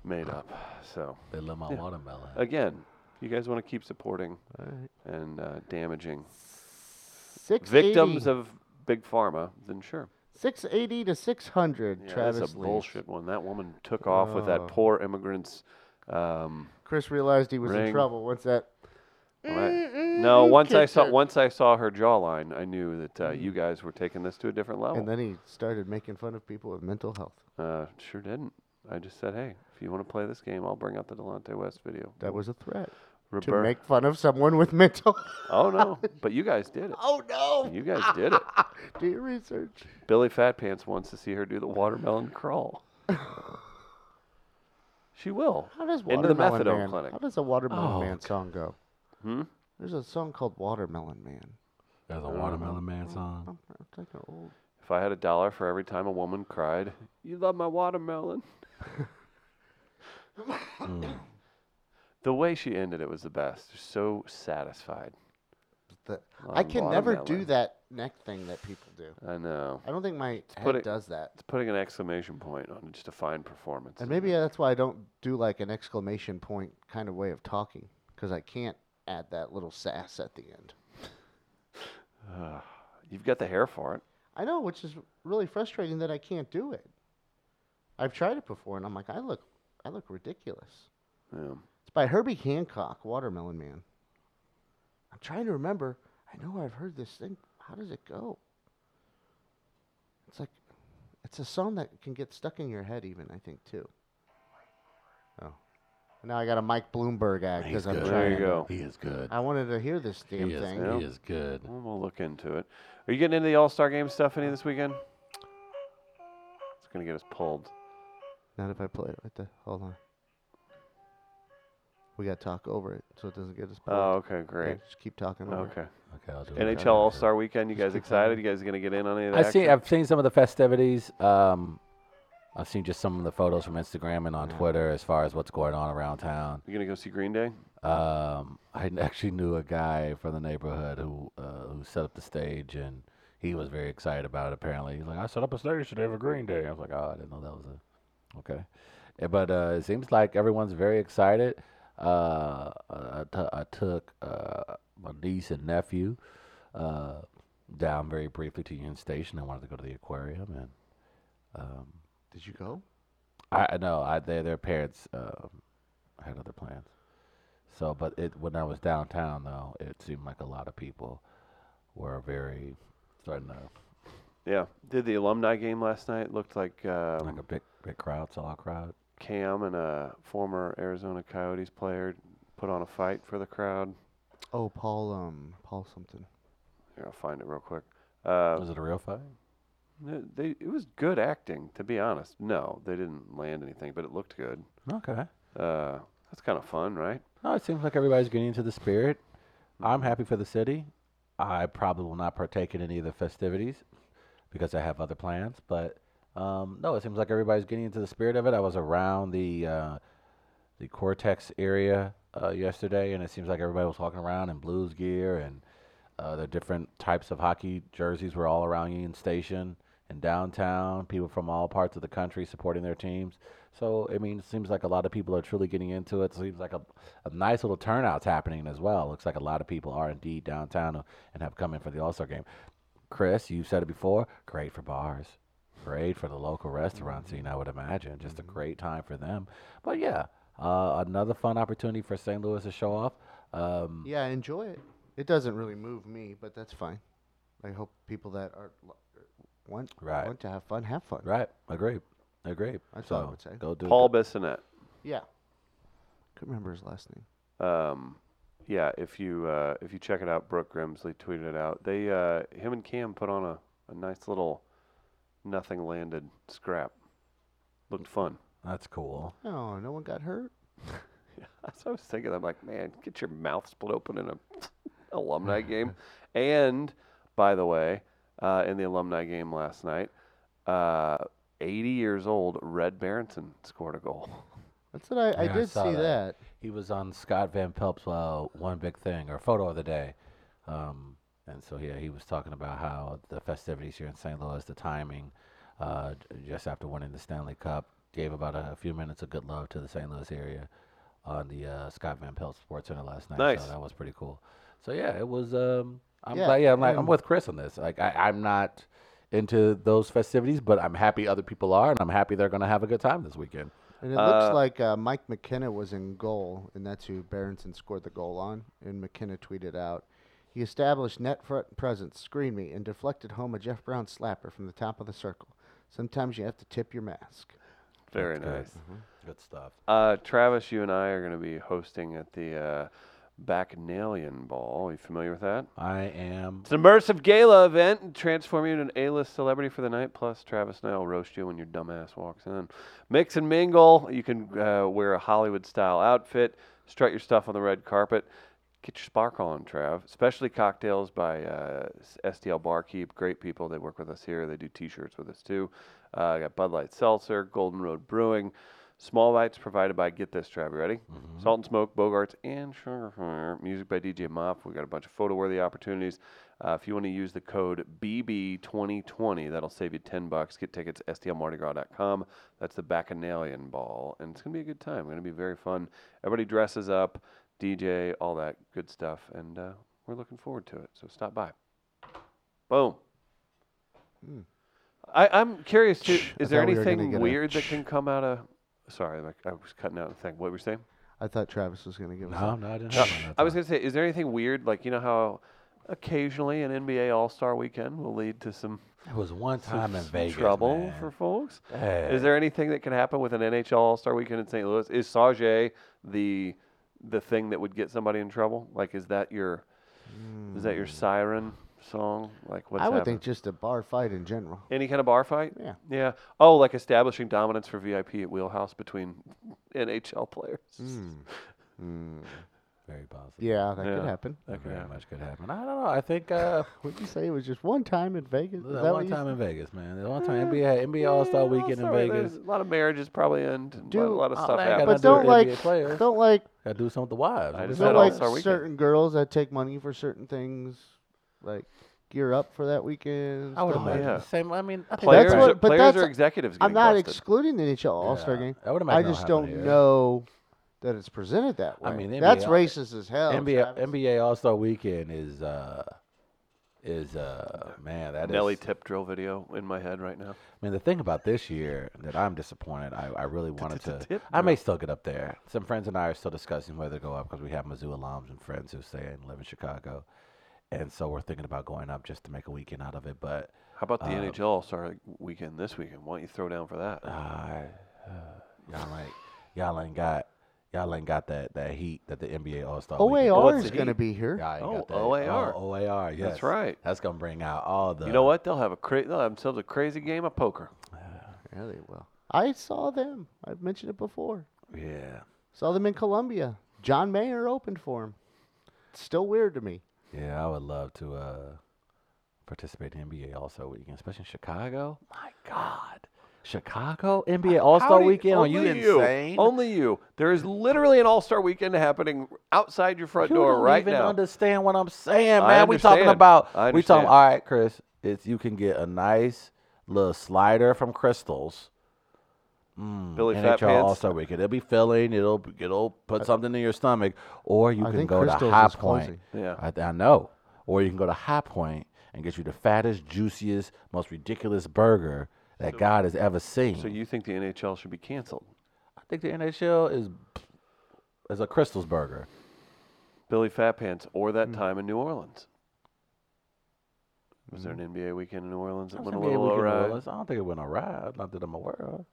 Speaker 2: made up. So,
Speaker 1: They love my watermelon.
Speaker 3: Oh,
Speaker 2: again, you guys want to keep supporting
Speaker 3: Alright.
Speaker 2: and uh, damaging victims
Speaker 3: 680
Speaker 2: of big pharma, then sure.
Speaker 3: 680 to 600.
Speaker 2: Yeah,
Speaker 3: Travis
Speaker 2: that's a
Speaker 3: Lee.
Speaker 2: bullshit one. That woman took off with that poor immigrant's. Um,
Speaker 3: Chris realized he was
Speaker 2: Ring.
Speaker 3: in trouble. What's that?
Speaker 2: right- No, once I
Speaker 3: kicked
Speaker 2: saw
Speaker 3: her.
Speaker 2: once I saw her jawline, I knew that uh, you guys were taking this to a different level.
Speaker 3: And then he started making fun of people with mental health.
Speaker 2: Uh, sure didn't. I just said, hey, if you want to play this game, I'll bring out the Delonte West video.
Speaker 3: That was a threat. to
Speaker 2: Roberta.
Speaker 3: make fun of someone with <laughs> mental.
Speaker 2: Oh
Speaker 3: <laughs>
Speaker 2: no, but you guys did it.
Speaker 3: oh no!
Speaker 2: You guys did
Speaker 3: <laughs>
Speaker 2: it.
Speaker 3: Do your research.
Speaker 2: Billy Fat Pants wants to see her do the watermelon
Speaker 3: <laughs>
Speaker 2: crawl. she will.
Speaker 3: How does
Speaker 2: Into the
Speaker 3: Watermelon
Speaker 2: methadone
Speaker 3: Man?
Speaker 2: clinic.
Speaker 3: How does a Watermelon
Speaker 6: Oh,
Speaker 3: Man song go?
Speaker 2: Hmm?
Speaker 3: There's a song called Watermelon Man.
Speaker 6: There's a Watermelon Man song.
Speaker 3: I'm, I'm taking an old.
Speaker 2: If I had a dollar for every time a woman cried, "You love my
Speaker 3: <laughs>
Speaker 2: watermelon," the way she ended it was the best. So satisfied.
Speaker 3: The, I
Speaker 2: Well,
Speaker 3: can never do
Speaker 2: watermelon.
Speaker 3: that neck thing that people do.
Speaker 2: I know.
Speaker 3: I don't think my
Speaker 2: put
Speaker 3: head
Speaker 2: it-
Speaker 3: does that.
Speaker 2: It's putting an exclamation point on just a fine performance.
Speaker 3: And maybe uh, that's why I don't do like an exclamation point kind of way of talking because I can't add that little sass at the end.
Speaker 2: you've got the hair for it.
Speaker 3: I know, which is really frustrating that I can't do it. I've tried it before, and I'm like, I look, I look ridiculous.
Speaker 2: Yeah.
Speaker 3: It's by Herbie Hancock, Watermelon Man. I'm trying to remember. I know I've heard this thing. How does it go? It's like, it's a song that can get stuck in your head, even I think too. Oh, now I got a Mike Bloomberg ad
Speaker 6: He's
Speaker 3: because I'm
Speaker 6: good.
Speaker 3: trying.
Speaker 2: There you
Speaker 3: to-
Speaker 2: go.
Speaker 6: He is good.
Speaker 3: I wanted to hear this damn
Speaker 6: He is,
Speaker 3: thing.
Speaker 2: yeah.
Speaker 6: he is good.
Speaker 2: Well, we'll look into it. Are you getting into the All Star Game stuff any this weekend? It's gonna get us pulled.
Speaker 3: Not if I play it right there. Hold on. We got to talk over it so it doesn't get us.
Speaker 2: Oh,
Speaker 3: pulled.
Speaker 2: okay,
Speaker 3: Yeah,
Speaker 2: great.
Speaker 3: just keep talking over it.
Speaker 2: Okay.
Speaker 6: Okay, I'll do it.
Speaker 2: NHL All Star Weekend. You guys excited? You guys gonna get in on any of that?
Speaker 6: I've seen
Speaker 2: action?
Speaker 6: I've seen some of the festivities. Um, I've seen just some of the photos from Instagram and on Twitter as far as what's going on around town.
Speaker 2: You gonna go see Green Day?
Speaker 6: Um, I n- actually knew a guy from the neighborhood who uh, who set up the stage, and he was very excited about it. Apparently, he's like, "I set up a stage today for Green Day." I was like, "Oh, I didn't know that was a okay." Eh, But uh, it seems like everyone's very excited. Uh, I, I t- I took uh, my niece and nephew uh, down very briefly to Union Station. I wanted to go to the aquarium, and
Speaker 3: Did you go?
Speaker 6: I I know I their their parents um, had other plans. So, but it when I was downtown though, it seemed like a lot of people were very starting to
Speaker 2: Yeah. Did the alumni game last night? Looked like um,
Speaker 6: like a big big crowd, solid crowd.
Speaker 2: Cam and a former Arizona Coyotes player put on a fight for the crowd.
Speaker 3: Oh, Paul. Um, Paul something.
Speaker 2: Here, I'll find it real quick. Uh,
Speaker 6: Was it a real fight?
Speaker 2: th- they, it was good acting, to be honest. No, they didn't land anything, but it looked good.
Speaker 6: Okay.
Speaker 2: Uh, that's kind of fun, right?
Speaker 6: No, it seems like everybody's getting into the spirit. I'm happy for the city. I probably will not partake in any of the festivities because I have other plans. But um, no, it seems like everybody's getting into the spirit of it. I was around the uh, the Cortex area uh, yesterday, and it seems like everybody was walking around in blues gear and uh, the different types of hockey jerseys were all around Union Station and downtown. People from all parts of the country supporting their teams. So I mean, it seems like a lot of people are truly getting into it. seems like a, a nice little turnout's happening as well. Looks like a lot of people are indeed downtown and have come in for the All Star game. Chris, you've said it before. Great for bars. Great for the local restaurant scene, I would imagine. Just a
Speaker 3: Mm-hmm.
Speaker 6: great time for them. But yeah, uh, another fun opportunity for St. Louis to show off. Um,
Speaker 3: Yeah, I enjoy it. It doesn't really move me, but that's fine. I hope people that are lo- er, want
Speaker 6: Right.
Speaker 3: want to have fun have fun.
Speaker 6: Right. Agree. Agree.
Speaker 3: That's
Speaker 6: so
Speaker 3: what I would say.
Speaker 6: go do
Speaker 2: Paul Bissonnette.
Speaker 3: Yeah. Couldn't remember his last name.
Speaker 2: Um, yeah, if you uh, if you check it out, Brooke Grimsley tweeted it out. They uh, him and Cam put on a, a nice little nothing landed scrap. Looked fun.
Speaker 6: That's cool.
Speaker 3: Oh, no one got hurt.
Speaker 2: That's what <laughs> I was thinking. I'm like, man, get your mouth split open in a <laughs> alumni game. And by the way, uh, in the alumni game last night, uh, 80 years old Red Berenson scored a goal. <laughs>
Speaker 3: That's what I, I
Speaker 6: Yeah, I
Speaker 3: did
Speaker 6: saw
Speaker 3: see that.
Speaker 6: that. He was on Scott Van Pelp's uh, one big thing or photo of the day, um, and so yeah, he was talking about how the festivities here in St. Louis, the timing, uh, j- just after winning the Stanley Cup, gave about a, few minutes of good love to the St. Louis area on the uh, Scott Van Pelt Sports Center last night.
Speaker 2: Nice.
Speaker 6: So that was pretty cool. So yeah, it was. Um, I'm
Speaker 3: Yeah,
Speaker 6: glad. Yeah, I'm like I'm
Speaker 3: and-
Speaker 6: with Chris on this. Like I, I'm not into those festivities, but I'm happy other people are, and I'm happy they're going to have a good time this weekend.
Speaker 3: And it
Speaker 2: Uh,
Speaker 3: looks like uh, Mike McKenna was in goal, and that's who Berenson scored the goal on. And McKenna tweeted out, he established net front presence, screened me, and deflected home a Jeff Brown slapper from the top of the circle. Sometimes you have to tip your mask.
Speaker 2: Very
Speaker 6: That's
Speaker 2: nice.
Speaker 3: Mm-hmm.
Speaker 6: good. Good stuff.
Speaker 2: Uh, Travis, you and I are going to be hosting at the uh, Bacchanalian Ball. Are you familiar with that?
Speaker 6: I am.
Speaker 2: It's an immersive gala event and transform you into an A-list celebrity for the night. Plus, Travis Knight will roast you when your dumbass walks in. Mix and mingle. You can uh, wear a Hollywood-style outfit, strut your stuff on the red carpet, get your spark on, Trav. Especially cocktails by uh, S- STL Barkeep. Great people. They work with us here. They do T-shirts with us too. Uh, I got Bud Light Seltzer, Golden Road Brewing. Small bites provided by, get this, Trav, you ready? Salt and Smoke, Bogarts, and Sugar. Fire. Music by DJ Moff. we got a bunch of photo worthy opportunities. Uh, if you want to use the code BB2020, that'll save you 10 bucks. Get tickets, stlmardigras.com. That's the Bacchanalian Ball. And it's going to be a good time. It's going to be very fun. Everybody dresses up, DJ, all that good stuff. And uh, we're looking forward to it. So stop by. Boom. I, I'm curious, too.
Speaker 3: Hmm. Shh, I
Speaker 2: Is there
Speaker 3: thought we were gonna
Speaker 2: anything
Speaker 3: get a
Speaker 2: weird that
Speaker 3: shh.
Speaker 2: can come out of. Sorry, like, I was cutting out the thing. What were you saying?
Speaker 3: I thought Travis was going to give us.
Speaker 6: No,
Speaker 3: a-
Speaker 6: no, I didn't.
Speaker 2: No,
Speaker 6: have one.
Speaker 2: I was
Speaker 6: thought-
Speaker 2: going to say, is there anything weird? Like, you know how occasionally an NBA All Star weekend will lead to some,
Speaker 6: It was one
Speaker 2: some-
Speaker 6: time in
Speaker 2: <laughs> some
Speaker 6: Vegas.
Speaker 2: trouble
Speaker 6: man.
Speaker 2: for folks?
Speaker 6: Hey.
Speaker 2: Is there anything that can happen with an NHL All Star weekend in St. Louis? Is Sajay the the thing that would get somebody in trouble? Like, is that your is that your siren song? Like, what's
Speaker 3: Hmm. I would
Speaker 2: happening?
Speaker 3: think just a bar fight in general.
Speaker 2: any kind of bar fight?
Speaker 3: Yeah.
Speaker 2: Yeah. Oh, like establishing dominance for VIP at Wheelhouse between NHL players.
Speaker 3: Hmm.
Speaker 6: Very possible.
Speaker 3: Yeah, that
Speaker 2: Yeah.
Speaker 3: could happen.
Speaker 6: That very much could happen. I don't know. I think
Speaker 2: <laughs>
Speaker 6: uh,
Speaker 3: Would you say it was just one time in Vegas? Is
Speaker 6: <laughs>
Speaker 3: that
Speaker 6: that
Speaker 3: what
Speaker 6: one
Speaker 3: you
Speaker 6: time in Vegas, man. That one time NBA had NBA All Star
Speaker 2: Yeah,
Speaker 6: Weekend in
Speaker 2: All-Star, there's
Speaker 6: Vegas.
Speaker 2: A lot of marriages probably end. and a
Speaker 3: Dude,
Speaker 2: lot, a lot of
Speaker 6: oh,
Speaker 2: stuff
Speaker 6: they ain't got
Speaker 2: happens.
Speaker 6: But
Speaker 3: But
Speaker 6: do it
Speaker 3: don't
Speaker 6: every
Speaker 3: like,
Speaker 6: player.
Speaker 3: don't like,
Speaker 6: Got to do something with the wives.
Speaker 2: I
Speaker 6: What
Speaker 2: just
Speaker 6: is that
Speaker 2: had
Speaker 3: don't
Speaker 6: all-
Speaker 3: like
Speaker 2: All-Star Weekend?
Speaker 3: certain girls that take money for certain things, like gear up for that weekend.
Speaker 6: I would
Speaker 3: stuff like
Speaker 6: imagine
Speaker 2: yeah.
Speaker 6: the same. I mean, I think
Speaker 2: Players,
Speaker 6: that's
Speaker 3: what-
Speaker 2: are-
Speaker 3: but
Speaker 2: players
Speaker 3: that's-
Speaker 2: or executives
Speaker 3: I'm
Speaker 2: getting
Speaker 3: not
Speaker 2: busted.
Speaker 3: excluding the NHL All Star
Speaker 6: Yeah.
Speaker 3: game.
Speaker 6: I would
Speaker 3: I
Speaker 6: imagine that'll
Speaker 3: just
Speaker 6: happen
Speaker 3: don't
Speaker 6: here.
Speaker 3: know that it's presented that way.
Speaker 6: I mean,
Speaker 3: that's
Speaker 6: NBA
Speaker 3: racist as hell.
Speaker 6: NBA
Speaker 3: Travis.
Speaker 6: NBA All Star Weekend is uh, is uh, man that is.
Speaker 2: Nelly tip drill video in my head right now.
Speaker 6: I mean, the thing about this year that I'm disappointed, I, I really wanted
Speaker 2: It's a
Speaker 6: to.
Speaker 2: tip
Speaker 6: I may still get up there. Some friends and I are still discussing whether to go up because we have Mizzou alums and friends who stay and live in Chicago. And so we're thinking about going up just to make a weekend out of it. But
Speaker 2: How about the
Speaker 3: Oh.
Speaker 6: Uh,
Speaker 2: NHL All-Star weekend this weekend? Why don't you throw down for that?
Speaker 6: uh, uh, <sighs> y'all ain't y'all ain't got y'all ain't got that, that heat that the NBA All Star.
Speaker 3: OAR
Speaker 2: What's
Speaker 3: is
Speaker 2: the
Speaker 3: going to
Speaker 2: heat?
Speaker 3: be here.
Speaker 6: Y'all ain't
Speaker 2: Oh,
Speaker 6: got that.
Speaker 2: OAR.
Speaker 6: Oh, OAR. Yes.
Speaker 2: That's right.
Speaker 6: That's gonna bring out all the.
Speaker 2: you know what? They'll have a cra- they'll have themselves a crazy game of poker.
Speaker 3: Yeah, they will. I saw them. I've mentioned it before.
Speaker 6: Yeah.
Speaker 3: Saw them in Columbia. John Mayer opened for him. It's still weird to me.
Speaker 6: Yeah, I would love to uh, participate in NBA All Star Weekend, especially in Chicago. My God, Chicago NBA All Star
Speaker 2: Howdy,
Speaker 6: Weekend? Are
Speaker 2: only
Speaker 6: you Oh, insane?
Speaker 2: Only you. There is literally an All-Star weekend happening outside your front
Speaker 6: you
Speaker 2: door
Speaker 6: don't
Speaker 2: right
Speaker 6: even
Speaker 2: now.
Speaker 6: understand what I'm saying,
Speaker 2: I
Speaker 6: man. We talking
Speaker 2: understand.
Speaker 6: about
Speaker 2: I
Speaker 6: we talking.
Speaker 2: understand.
Speaker 6: All right, Chris, it's you can get a nice little slider from Crystals.
Speaker 2: Billy
Speaker 3: Hmm.
Speaker 2: Fat
Speaker 6: NHL All
Speaker 2: Pants.
Speaker 6: Star Weekend. It'll be filling. It'll it'll put something in your stomach, or you
Speaker 3: I
Speaker 6: can
Speaker 3: think
Speaker 6: go to
Speaker 3: Crystals
Speaker 6: High
Speaker 3: is
Speaker 6: Point.
Speaker 3: closing.
Speaker 2: Yeah.
Speaker 6: I, th- I know. Or you can go to High Point and get you the fattest, juiciest, most ridiculous burger that God has ever seen.
Speaker 2: So you think the NHL should be canceled?
Speaker 6: I think the NHL is is a Crystals burger.
Speaker 2: Billy Fat Pants or that time in New Orleans. Was there an NBA weekend in New Orleans that
Speaker 6: That's
Speaker 2: went a
Speaker 6: NBA
Speaker 2: little
Speaker 6: weekend in New
Speaker 2: awry? Mm-hmm.
Speaker 6: Orleans. I don't think it went awry. Not that I'm aware of.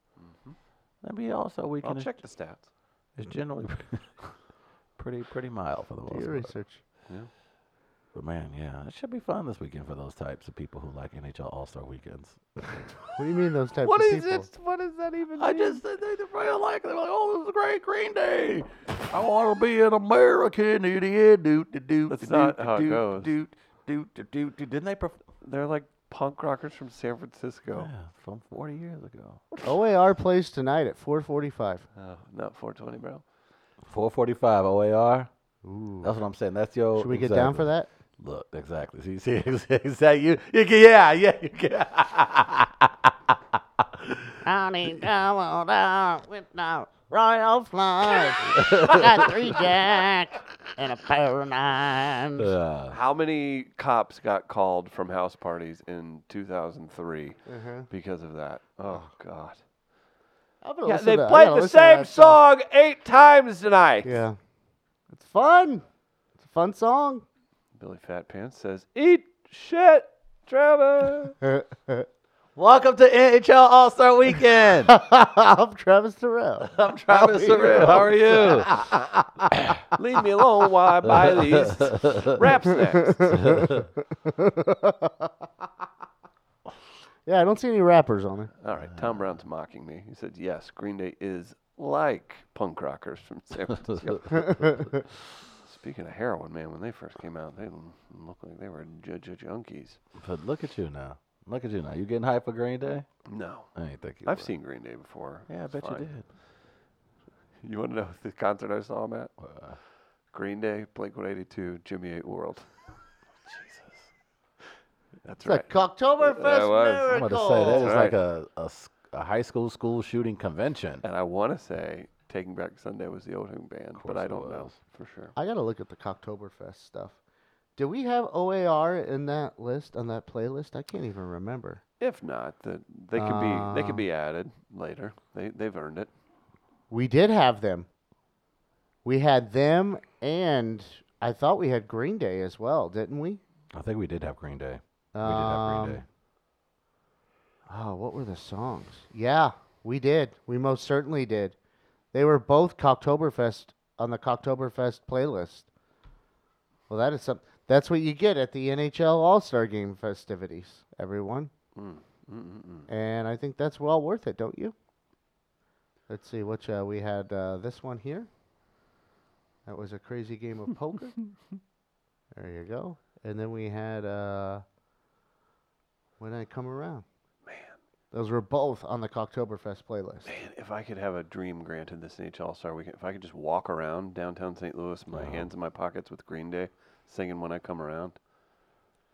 Speaker 6: Maybe also we
Speaker 2: I'll
Speaker 6: can.
Speaker 2: check the stats.
Speaker 6: It's generally <laughs> pretty pretty mild for the
Speaker 3: Do
Speaker 6: most
Speaker 3: your
Speaker 6: part.
Speaker 3: research.
Speaker 6: But man, yeah, it should be fun this weekend for those types of people who like NHL All Star weekends.
Speaker 3: What do you mean those types
Speaker 2: What
Speaker 3: of
Speaker 2: is
Speaker 3: people?
Speaker 2: <laughs> it? What does that even?
Speaker 6: I just they, they feel like they're like, oh, this is a great Green Day. I want to be an American idiot. Doot doot doot.
Speaker 2: That's
Speaker 6: doot,
Speaker 2: not
Speaker 6: doot,
Speaker 2: how it
Speaker 6: doot,
Speaker 2: goes.
Speaker 6: Doot doot doot doot. doot. Didn't they? Perf-
Speaker 2: They're like punk rockers from San Francisco.
Speaker 6: yeah, from forty years ago.
Speaker 3: OAR plays tonight at 4:45.
Speaker 2: Oh, not 420, bro.
Speaker 6: Four forty-five OAR.
Speaker 3: Ooh.
Speaker 6: That's what I'm saying. That's your.
Speaker 3: Should we get down for that?
Speaker 6: exactly. Look, exactly. See, see, <laughs> exactly. You, you can, yeah, yeah, you can.
Speaker 1: I need double dog with the royal flush. I got
Speaker 3: <laughs>
Speaker 1: three jacks and a pair of nines.
Speaker 6: Uh,
Speaker 2: How many cops got called from house parties in 2003 because of that? Oh God.
Speaker 3: I'm gonna
Speaker 2: Yeah,
Speaker 3: listen
Speaker 2: they
Speaker 3: to- I
Speaker 2: played
Speaker 3: gotta
Speaker 2: the
Speaker 3: listen to
Speaker 2: same
Speaker 3: that song.
Speaker 2: song eight times tonight.
Speaker 3: Yeah. It's fun. It's a fun song.
Speaker 2: Billy Fat Pants says, "Eat shit, Trevor."
Speaker 6: Welcome to NHL All
Speaker 1: <laughs>
Speaker 6: Star Weekend.
Speaker 3: I'm
Speaker 2: <laughs>
Speaker 3: Travis Terrell.
Speaker 6: I'm Travis
Speaker 3: How are you?
Speaker 6: Surreal. How are you?
Speaker 2: Leave me alone while I buy
Speaker 6: <laughs>
Speaker 2: these wrap snacks.
Speaker 3: Yeah, I don't see any rappers on it.
Speaker 2: All right, Tom Brown's mocking me. He said, "Yes, Green Day is like punk rockers from San Francisco."
Speaker 6: <laughs>
Speaker 2: Speaking of heroin, man, when they first came out, they l- looked like they were ju- ju- junkies.
Speaker 6: But look at you now. Look at you now. You getting hype for Green Day?
Speaker 2: No,
Speaker 6: I ain't think you
Speaker 2: I've
Speaker 6: were.
Speaker 2: seen Green Day before.
Speaker 6: Yeah, I
Speaker 2: It's
Speaker 6: bet
Speaker 2: fine.
Speaker 6: you did.
Speaker 2: You want to know the concert I saw them at?
Speaker 6: Uh,
Speaker 2: Green Day, Blink 182, Jimmy Eight
Speaker 6: <laughs>
Speaker 2: World. Jesus, that's
Speaker 3: It's
Speaker 2: right.
Speaker 3: a Cocktoberfest
Speaker 2: That was-
Speaker 6: I'm
Speaker 3: miracle.
Speaker 6: going to say that is
Speaker 2: That's right.
Speaker 6: like a, a s- a high school school shooting convention.
Speaker 2: and I want to say Taking Back Sunday was the opening band, but
Speaker 6: course
Speaker 2: I
Speaker 6: it
Speaker 2: don't know
Speaker 6: was.
Speaker 2: for sure.
Speaker 3: I gotta look at the Cocktoberfest stuff. Do we have OAR in that list on that playlist? I can't even remember.
Speaker 2: If not, the, they could be they
Speaker 3: Uh,
Speaker 2: could be added later. They they've earned it.
Speaker 3: We did have them. We had them, and I thought we had Green Day as well, didn't we?
Speaker 6: I think we did have Green Day. We did have
Speaker 3: Um,
Speaker 6: Green Day.
Speaker 3: Oh, what were the songs? Yeah, we did. We most certainly did. They were both Cocktoberfest on the Cocktoberfest playlist. Well, that is some. That's what you get at the NHL All Star Game festivities, everyone.
Speaker 6: Hmm,
Speaker 2: Mm, mm, mm, mm.
Speaker 3: And I think that's well worth it, don't you? Let's see, which uh, we had uh, this one here. That was a crazy game of poker. there you go. And then we had uh, When I Come Around.
Speaker 2: Man.
Speaker 3: Those were both on the Cocktoberfest playlist.
Speaker 2: Man, if I could have a dream granted this NHL All Star Weekend, if I could just walk around downtown St. Louis, my
Speaker 3: Uh-huh.
Speaker 6: Wow.
Speaker 2: hands in my pockets with Green Day, singing when I come around.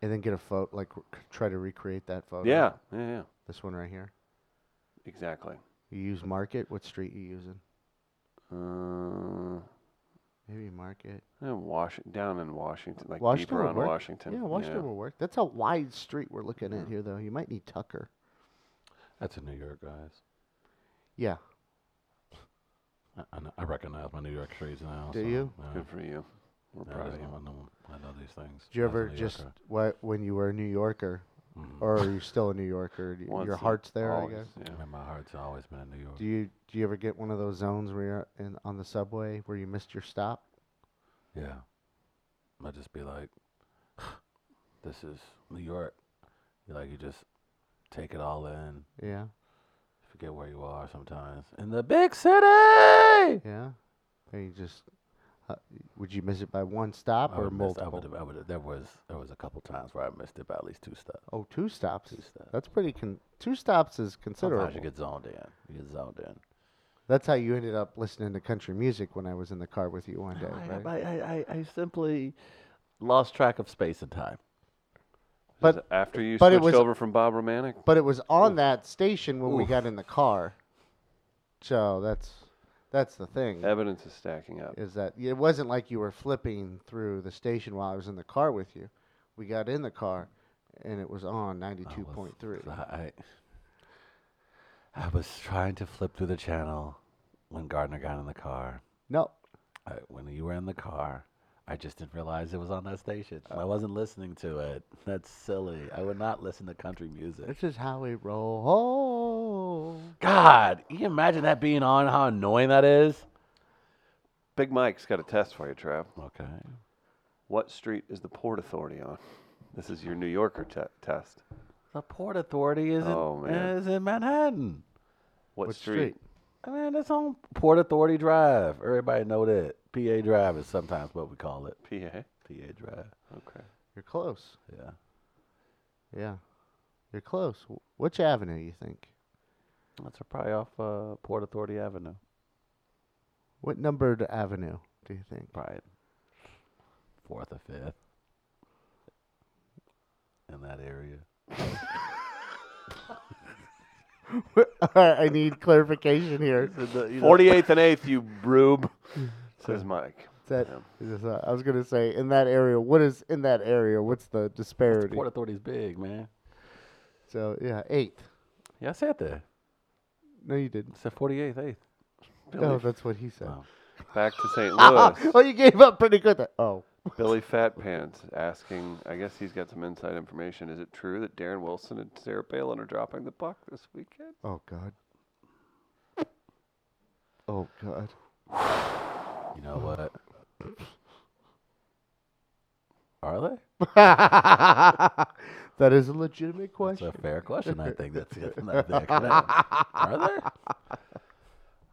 Speaker 3: And then get a photo, like r- c- try to recreate that photo.
Speaker 2: yeah, yeah, yeah,
Speaker 3: This one right here.
Speaker 2: exactly.
Speaker 3: You use Market. What street you using?
Speaker 2: Uh,
Speaker 3: Maybe Market.
Speaker 2: in Wash down in Washington, like
Speaker 3: Washington
Speaker 2: deeper
Speaker 3: will
Speaker 2: on
Speaker 3: work.
Speaker 2: Washington.
Speaker 3: yeah, Washington will work. That's a wide street we're looking at here, though. You might need Tucker.
Speaker 6: That's in New York, guys.
Speaker 3: Yeah.
Speaker 6: I, I, kn- I recognize my New York streets now.
Speaker 3: Do
Speaker 6: so,
Speaker 3: you?
Speaker 6: yeah.
Speaker 2: Good for you. We're
Speaker 6: Yeah,
Speaker 2: proud of
Speaker 6: I,
Speaker 2: you.
Speaker 6: know, I know- I know these things.
Speaker 3: Did you
Speaker 6: As a
Speaker 3: ever
Speaker 6: New
Speaker 3: just
Speaker 6: Yorker.
Speaker 3: what when you were a New Yorker,
Speaker 6: Mhm.
Speaker 3: or are you still a New Yorker? Do you,
Speaker 2: Once
Speaker 3: your
Speaker 2: and
Speaker 3: heart's there,
Speaker 2: always,
Speaker 3: I guess.
Speaker 6: I mean, my heart's always been in New York.
Speaker 3: Do you do you ever get one of those zones where you're in, on the subway where you missed your stop?
Speaker 6: yeah. I'd just be like, <sighs> this is New York. You like you just take it all in,
Speaker 3: Yeah,
Speaker 6: forget where you are sometimes. In the big city.
Speaker 3: yeah. Or you just uh, would you miss it by one stop
Speaker 6: I
Speaker 3: or
Speaker 6: would miss- I
Speaker 3: multiple?
Speaker 6: would, I would, there was there was a couple times where I missed it by at least two stops.
Speaker 3: oh, two stops.
Speaker 6: Two stops.
Speaker 3: That's pretty. Con- two stops is
Speaker 6: Sometimes
Speaker 3: considerable.
Speaker 6: you get zoned in. You get zoned in.
Speaker 3: That's how you ended up listening to country music when I was in the car with you one day,
Speaker 6: I,
Speaker 3: right?
Speaker 6: I, I, I simply lost track of space and time.
Speaker 2: This
Speaker 3: But-
Speaker 2: is after you
Speaker 3: but it
Speaker 2: switched
Speaker 3: was-
Speaker 2: over from Bob Romantic,
Speaker 3: But it was on that station when we
Speaker 6: Oof.
Speaker 3: got in the car. So that's that's the thing.
Speaker 2: evidence is stacking up.
Speaker 3: is that it wasn't like you were flipping through the station while I was in the car with you. We got in the car and it was on
Speaker 6: I
Speaker 3: 92.3.
Speaker 6: was- I, I was trying to flip through the channel when Gardner got in the car.
Speaker 3: No,
Speaker 6: I, when you were in the car, I just didn't realize it was on that station. I wasn't listening to it. <laughs> That's silly. I would not listen to country music.
Speaker 3: this is how we roll.
Speaker 6: God, can you imagine that being on? How annoying that is.
Speaker 2: Big Mike's got a test for you, Trav.
Speaker 6: Okay.
Speaker 2: What street is the Port Authority on? This is your New Yorker te- test.
Speaker 6: The Port Authority is
Speaker 2: Oh,
Speaker 6: in,
Speaker 2: man.
Speaker 6: is in Manhattan.
Speaker 2: What,
Speaker 3: What
Speaker 2: street?
Speaker 3: street?
Speaker 6: I mean, it's on Port Authority Drive. Everybody know that. PA Drive is sometimes what we call it.
Speaker 2: PA.
Speaker 6: PA Drive.
Speaker 2: Okay.
Speaker 3: You're close.
Speaker 6: Yeah.
Speaker 3: Yeah. You're close. Wh- Which avenue you think?
Speaker 6: That's probably off uh, Port Authority Avenue.
Speaker 3: What numbered avenue do you think? <laughs>
Speaker 6: Probably fourth or fifth in that area.
Speaker 3: I need clarification
Speaker 2: <laughs>
Speaker 3: here.
Speaker 2: Forty eighth and eighth, you rube, says Mike.
Speaker 3: Is that,
Speaker 2: Yeah.
Speaker 3: is this, uh, I was going to say, in that area, what is in that area? What's the disparity?
Speaker 6: Port Authority's big, man.
Speaker 3: So, yeah, 8th.
Speaker 6: Yeah, I said that.
Speaker 3: No, you didn't.
Speaker 6: I said 48th, 8th.
Speaker 3: No, that's what he said. Ah,
Speaker 6: Wow.
Speaker 2: Back to St. Louis.
Speaker 3: <laughs> well, you gave up pretty good. Th- oh,
Speaker 2: Billy Fat Pants asking, I guess he's got some inside information. Is it true that Darren Wilson and Sarah Palin are dropping the puck this weekend?
Speaker 3: Oh God. Oh God.
Speaker 1: You know what? Are they?
Speaker 3: that is a legitimate
Speaker 1: That's
Speaker 3: question.
Speaker 1: a fair question. I think that's it. That- that could
Speaker 6: <laughs>
Speaker 1: happen. Are they?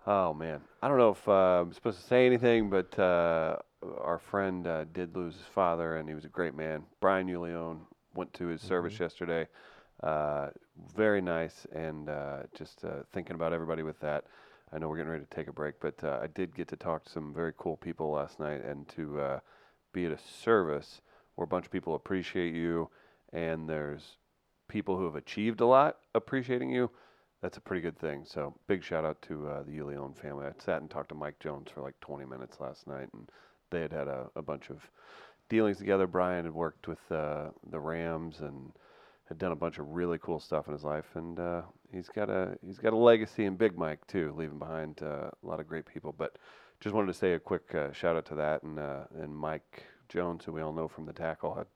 Speaker 2: Oh, man. I don't know if uh, I'm supposed to say anything, but uh, our friend uh, did lose his father, and he was a great man. Brian Ulione went to his service yesterday. Uh, very nice, and uh, just uh, thinking about everybody with that. I know we're getting ready to take a break, but uh, I did get to talk to some very cool people last night and to uh, be at a service where a bunch of people appreciate you and there's people who have achieved a lot appreciating you. That's a pretty good thing. So big shout out to uh, the Ulione family. I sat and talked to Mike Jones for like 20 minutes last night, and they had had a, a bunch of dealings together. Brian had worked with uh, the Rams and had done a bunch of really cool stuff in his life, and uh, he's got a he's got a legacy in Big Mike too, leaving behind uh, a lot of great people. But just wanted to say a quick uh, shout out to that, and uh, and Mike Jones, who we all know from the tackle, had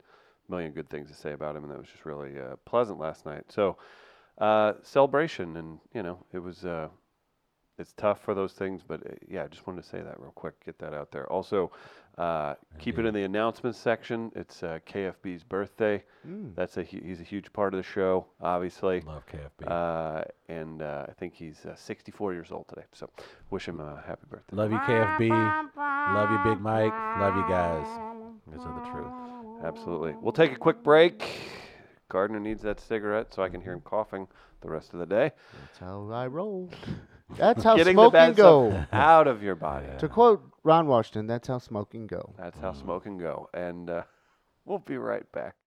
Speaker 2: a million good things to say about him, and that was just really uh, pleasant last night. So uh, celebration, and you know it was. Uh, it's tough for those things, but uh, yeah, I just wanted to say that real quick, get that out there. Also, uh, keep it in the announcements section. It's uh, KFB's birthday. That's a hu- he's a huge part of the show, obviously.
Speaker 1: Love KFB.
Speaker 2: Uh, and uh, I think he's uh, 64 years old today. So wish him a happy birthday.
Speaker 1: Love you, KFB. Love you, Big Mike. Love you guys. These are the truth.
Speaker 2: Absolutely. We'll take a quick break. Gardner needs that cigarette so I can hear him coughing the rest of the day.
Speaker 3: That's how I roll. That's how
Speaker 2: Getting the
Speaker 3: smoking
Speaker 2: bad
Speaker 3: go.
Speaker 2: stuff <laughs> out of your body.
Speaker 3: <laughs> to quote Ron Washington, that's how smoking go.
Speaker 2: That's how smoke can go. And uh, <laughs> we'll be right back.